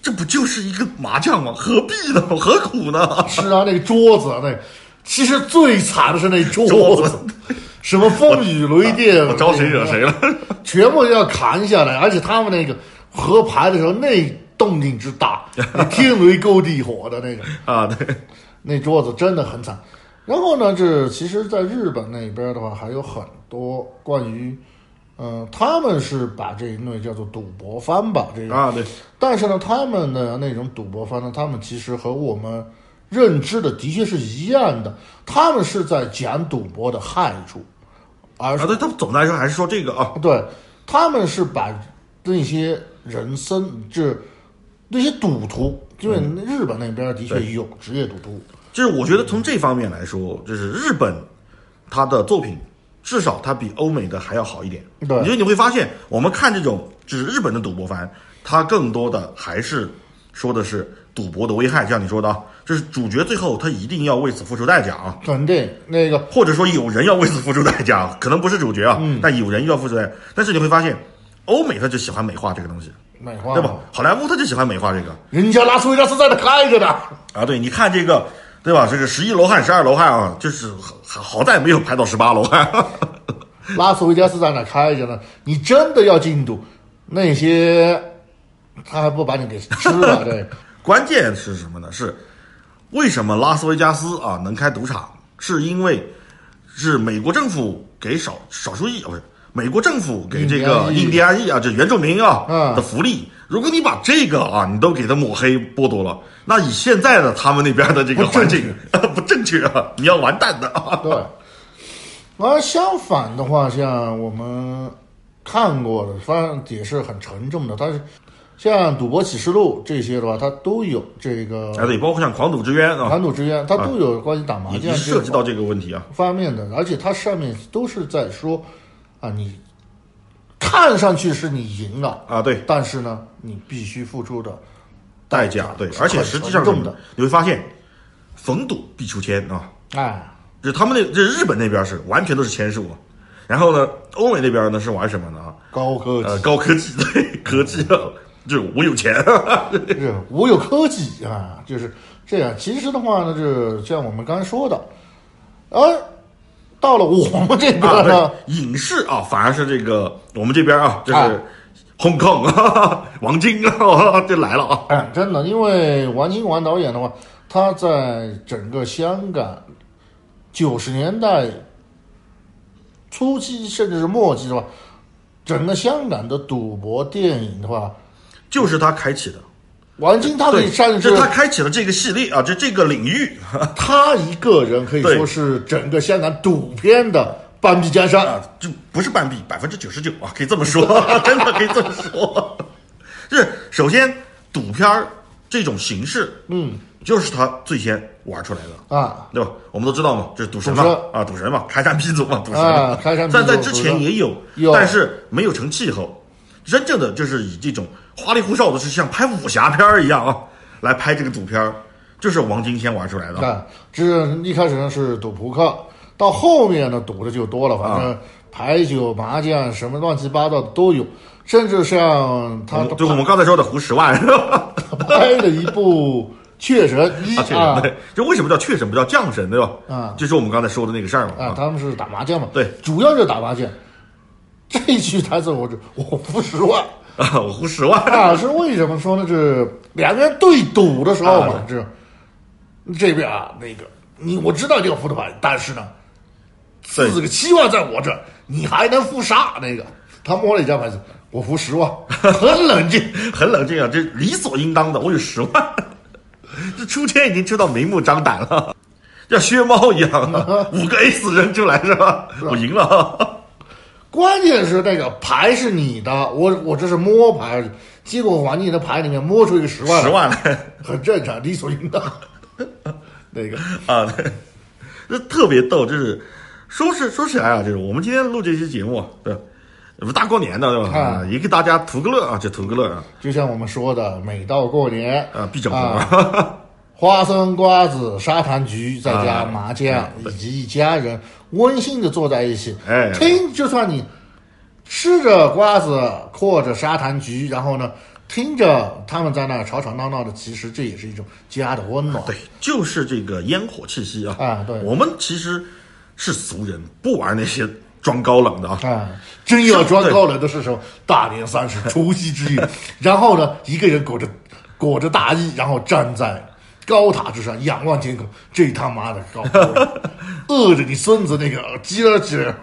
Speaker 2: 这不就是一个麻将吗？何必呢？何 苦呢？
Speaker 1: 是啊，那个桌子那。其实最惨的是那桌
Speaker 2: 桌
Speaker 1: 子，什么风雨雷电，
Speaker 2: 我招谁惹谁了？
Speaker 1: 嗯全部要扛下来，而且他们那个合牌的时候，那动静之大，天雷勾地火的那种，
Speaker 2: 啊，对。
Speaker 1: 那桌子真的很惨。然后呢，这其实在日本那边的话，还有很多关于嗯，他们是把这一类叫做赌博番吧，这个
Speaker 2: 啊，对，
Speaker 1: 但是呢，他们的那种赌博方呢，他们其实和我们认知的的确是一样的，他们是在讲赌博的害处，而
Speaker 2: 啊，对，他们总的来说还是说这个啊，
Speaker 1: 对他们是把那些人生就是那些赌徒，因为
Speaker 2: 嗯
Speaker 1: 日本那边的确有职业赌徒，
Speaker 2: 就是我觉得从这方面来说，就是日本它的作品至少它比欧美的还要好一点。
Speaker 1: 对
Speaker 2: 因为你会发现，我们看这种就是日本的赌博番，它更多的还是说的是赌博的危害，就像你说的啊，就是主角最后他一定要为此付出代价啊。
Speaker 1: 肯定那个
Speaker 2: 或者说有人要为此付出代价，可能不是主角啊，但有人要付出代价。但是你会发现，欧美他就喜欢美化这个东西，
Speaker 1: 美化
Speaker 2: 对吧？好莱坞他就喜欢美化这个，
Speaker 1: 人家拉斯维加斯在那开着呢，
Speaker 2: 啊，对，你看这个，对吧？这个十一罗汉、十二罗汉啊，就是好好在没有拍到十八罗汉。
Speaker 1: 拉斯维加斯在那开着呢，你真的要进赌那些，他还不把你给吃 了？对，
Speaker 2: 关键是什么呢？是为什么拉斯维加斯啊能开赌场？是因为是美国政府给少少数裔，啊不是美国政府给这个
Speaker 1: 印
Speaker 2: 印
Speaker 1: 第
Speaker 2: 第安裔啊，这原住民啊、
Speaker 1: 嗯
Speaker 2: 的福利。如果你把这个啊，你都给他抹黑剥夺了，那以现在的他们那边的这个
Speaker 1: 不正
Speaker 2: 环
Speaker 1: 确
Speaker 2: 境 不正确啊，你要完蛋的 啊！
Speaker 1: 对，而相反的话，像我们看过的，反正也是很沉重的。但是像《赌博启示录》这些的话，它都有这个
Speaker 2: 哎，对，包括像《狂赌之渊》啊，
Speaker 1: 谈赌之渊，它都有关于打麻
Speaker 2: 也
Speaker 1: 将
Speaker 2: 哎涉及
Speaker 1: 这
Speaker 2: 到这个问题啊。
Speaker 1: 方面的，而且它上面都是在说啊，你看上去是你赢了，
Speaker 2: 啊，对，
Speaker 1: 但是呢，你必须付出的
Speaker 2: 代价对，而且
Speaker 1: 很
Speaker 2: 实际
Speaker 1: 沉
Speaker 2: 上
Speaker 1: 重的，
Speaker 2: 你会发现，逢赌必出千啊，
Speaker 1: 哎。
Speaker 2: 就是他们那这日本那边是完全都是千术啊，然后呢，欧美那边呢是玩什么呢啊？
Speaker 1: 高科
Speaker 2: 呃，
Speaker 1: 技，
Speaker 2: 高科技 对科技啊，就是我有钱，啊
Speaker 1: 是我有科技啊，就是这样。其实的话呢，就是像我们刚才说的，而到了我们这边
Speaker 2: 啊，
Speaker 1: 呢，
Speaker 2: 对，影视啊，反而是这个我们这边啊，就
Speaker 1: 啊
Speaker 2: 是 Hong Kong 啊， 王晶啊就来了啊，
Speaker 1: 哎，真的，因为王金王导演的话，他在整个香港九十年代初期甚至是末期的话，整个香港的赌博电影的话，
Speaker 2: 就是他开启的，
Speaker 1: 王晶他可
Speaker 2: 对，
Speaker 1: 以算
Speaker 2: 这
Speaker 1: 是
Speaker 2: 是他开启了这个系列啊，就这个领域
Speaker 1: 他一个人可以
Speaker 2: 对
Speaker 1: 说是整个香港赌片的半壁江山。
Speaker 2: 啊，就不是半壁，百分之九十九啊，可以这么说， 真的可以这么说。就是首先，赌片儿这种形式，嗯，就是他最先玩出来的，
Speaker 1: 啊，
Speaker 2: 对吧？我们都知道嘛，就是赌神嘛
Speaker 1: 赌神，
Speaker 2: 啊，赌神嘛，开山鼻祖嘛，赌神
Speaker 1: 啊
Speaker 2: 嘛，
Speaker 1: 开山鼻祖
Speaker 2: 但在之前也有，
Speaker 1: 有
Speaker 2: 但是没有成气候。真正的就是以这种花里胡哨的，是像拍武侠片儿一样啊，来拍这个赌片儿，就是王晶先玩出来的。
Speaker 1: 看，这一开始呢是赌扑克，到后面呢赌的就多了，
Speaker 2: 啊
Speaker 1: 反正牌九、麻将什么乱七八糟的都有，甚至像他
Speaker 2: 就我们刚才说的胡十万，
Speaker 1: 拍了一部《雀神一
Speaker 2: 啊，确》
Speaker 1: 啊
Speaker 2: 实，对，就为什么叫雀神不叫将神，对吧？
Speaker 1: 啊
Speaker 2: 就是我们刚才说的那个事儿嘛。
Speaker 1: 啊，
Speaker 2: 啊，
Speaker 1: 他们是打麻将嘛，
Speaker 2: 对，
Speaker 1: 主要就是打麻将。这一句台词我就我不十万
Speaker 2: 啊我胡十万，
Speaker 1: 啊，是为什么说呢？是两个人对赌的时候
Speaker 2: 啊
Speaker 1: 嘛，这这边啊那个你我知道你要付的牌，但是呢，
Speaker 2: 对
Speaker 1: 四个七万在我这儿，你还能付啥？那个他摸了一张牌子，我付十 万，很冷静。
Speaker 2: 很冷静啊，这理所应当的，我有十万， 这出千已经出到明目张胆了，像薛猫一样啊，五个 A 四扔出来是吧？我赢了，
Speaker 1: 关键是那个牌是你的，我我这是摸牌，结果往你的牌里面摸出一个十万，
Speaker 2: 十万来
Speaker 1: 很正常，理所应当。 那个
Speaker 2: 啊，对，这特别逗，就是说是说起来啊，就是我们今天录这期节目啊，对。这不大过年的对吧？
Speaker 1: 啊
Speaker 2: 也给大家图个乐啊，就图个乐啊，
Speaker 1: 就像我们说的，每到过年
Speaker 2: 啊，必整活
Speaker 1: 啊
Speaker 2: 啊
Speaker 1: 花生、瓜子、砂糖橘，再
Speaker 2: 啊
Speaker 1: 加麻将，以及一家人温馨的坐在一起。
Speaker 2: 嗯哎
Speaker 1: 听，就算你吃着瓜子，嗑着砂糖橘，然后呢，听着他们在那吵吵闹闹的，其实这也是一种家的温暖。
Speaker 2: 对，就是这个烟火气息啊！
Speaker 1: 啊对
Speaker 2: 我们其实是俗人，不玩那些装高冷的啊。
Speaker 1: 啊，真要装高冷的是什么？大年三十、除夕 之夜，然后呢，一个人裹着裹着大衣，然后站在高塔之上仰望天空，这他妈的高高 冷，饿着你孙子那个鸡儿鸡儿。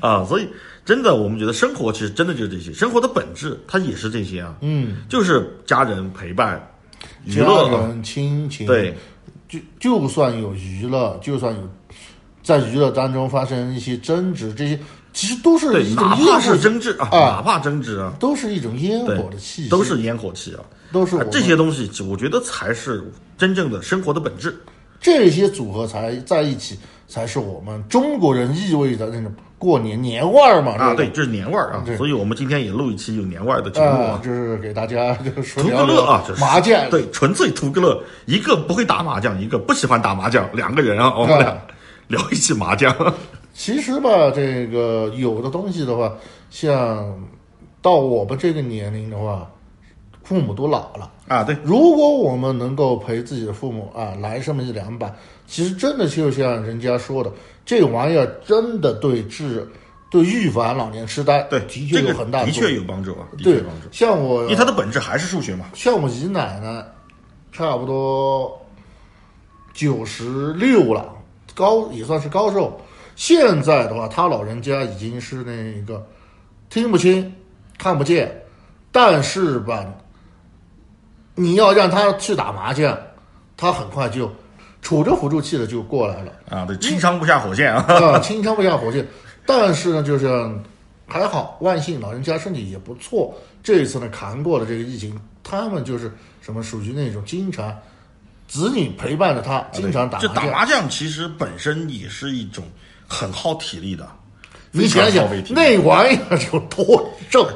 Speaker 2: 啊，所以真的，我们觉得生活其实真的就是这些，生活的本质它也是这些啊，
Speaker 1: 嗯，
Speaker 2: 就是家人陪伴、娱
Speaker 1: 家
Speaker 2: 乐
Speaker 1: 人、
Speaker 2: 啊，
Speaker 1: 嗯亲情，
Speaker 2: 对，
Speaker 1: 就就算有娱乐，就算有在娱乐当中发生一些争执，这些其实都是
Speaker 2: 对，
Speaker 1: 一种
Speaker 2: 哪
Speaker 1: 烟
Speaker 2: 怕
Speaker 1: 火
Speaker 2: 是，争执啊，
Speaker 1: 啊
Speaker 2: 哪怕争执啊，
Speaker 1: 都是一种烟
Speaker 2: 对
Speaker 1: 火的气息，
Speaker 2: 都是烟火气啊，
Speaker 1: 都是我
Speaker 2: 啊
Speaker 1: 们
Speaker 2: 这些东西，我觉得才是真正的生活的本质。
Speaker 1: 这些组合才在一起，才是我们中国人意味着那种过年年味儿嘛，
Speaker 2: 啊，
Speaker 1: 对
Speaker 2: 对，这是年味儿啊，所以我们今天也录一期有年味儿的节
Speaker 1: 吧，
Speaker 2: 目
Speaker 1: 啊
Speaker 2: 啊，，
Speaker 1: 就是给大家 就是说
Speaker 2: 图
Speaker 1: 聊
Speaker 2: 个乐啊
Speaker 1: 聊，
Speaker 2: 这是
Speaker 1: 麻将，
Speaker 2: 对，纯粹图个乐，一个不会打麻将，一个不喜欢打麻将，两个人啊，我们
Speaker 1: 啊
Speaker 2: 俩 聊一起麻将，
Speaker 1: 其实吧，这个有的东西的话，像到我们这个年龄的话，父母都老了。
Speaker 2: 啊，对，
Speaker 1: 如果我们能够陪自己的父母啊来这么一两把，其实真的就像人家说的，这玩意儿真的对治、对预防老年痴呆，
Speaker 2: 对，
Speaker 1: 的确
Speaker 2: 这
Speaker 1: 有
Speaker 2: 个
Speaker 1: 很大
Speaker 2: 的
Speaker 1: 作
Speaker 2: 确
Speaker 1: 用。
Speaker 2: 有帮助啊，的确
Speaker 1: 对
Speaker 2: 有帮助，，
Speaker 1: 像我
Speaker 2: 因为它的本质还是数学嘛，
Speaker 1: 像我姨奶奶，差不多九十六了，高也算是高寿。现在的话，她老人家已经是那个听不清、看不见，但是吧，你要让她去打麻将，她很快就杵着辅助器的就过来了。
Speaker 2: 啊，对，轻伤不下火线啊，
Speaker 1: 啊，轻伤不下火线。但是呢，就是还好，万幸老人家身体也不错。这一次呢，扛过了这个疫情，他们就是什么属于那种经常子女陪伴着他，经常打
Speaker 2: 这
Speaker 1: 麻
Speaker 2: 打
Speaker 1: 将。
Speaker 2: 麻将其实本身也是一种很耗体力的，
Speaker 1: 你想
Speaker 2: 非常
Speaker 1: 想
Speaker 2: 耗费体力
Speaker 1: 那玩意儿有多重？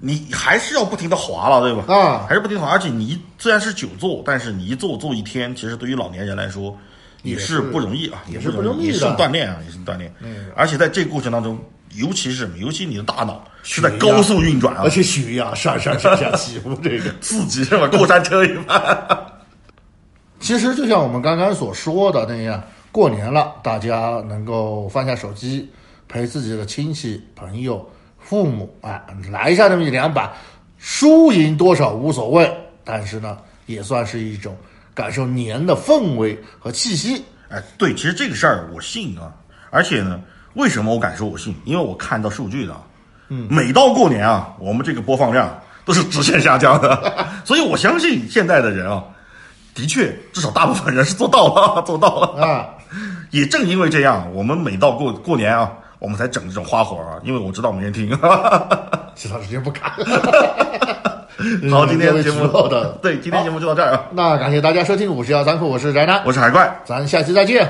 Speaker 2: 你还是要不停的划了，对吧？
Speaker 1: 啊
Speaker 2: 还是不停地划，而且你一虽然是久坐，但是你一坐坐一天，其实对于老年人来说也
Speaker 1: 是
Speaker 2: 是不容易啊，也
Speaker 1: 是不容
Speaker 2: 容
Speaker 1: 易
Speaker 2: 也是
Speaker 1: 的嗯
Speaker 2: 锻炼啊，也是锻炼。而且在这个过程当中，尤其是什么尤其你的大脑是在
Speaker 1: 血压
Speaker 2: 高速运转啊
Speaker 1: 而，且血压上上上下起伏，这个
Speaker 2: 刺激是吧？过山车一般。
Speaker 1: 其实就像我们刚刚所说的那样，过年了，大家能够放下手机，陪自己的亲戚、朋友、父母啊，来一下这么一两把，输赢多少无所谓，但是呢，也算是一种感受年的氛围和气息。
Speaker 2: 哎，对，其实这个事儿我信啊，而且呢，为什么我敢说我信？因为我看到数据了，嗯，每到过年啊，我们这个播放量都是直线下降的， 所以我相信现在的人啊，的确，至少大部分人是做到了，做到了。
Speaker 1: 啊，
Speaker 2: 也正因为这样，我们每到过过年啊，我们才整这种花活啊，因为我知道没人听。
Speaker 1: 其他时间不看。
Speaker 2: 好，今天的节
Speaker 1: 嗯各位
Speaker 2: 目
Speaker 1: 知道的
Speaker 2: 对，今天节目就到这儿啊，
Speaker 1: 那感谢大家收听五十幺三库，我是宅男，
Speaker 2: 我是海怪。
Speaker 1: 咱下期再见。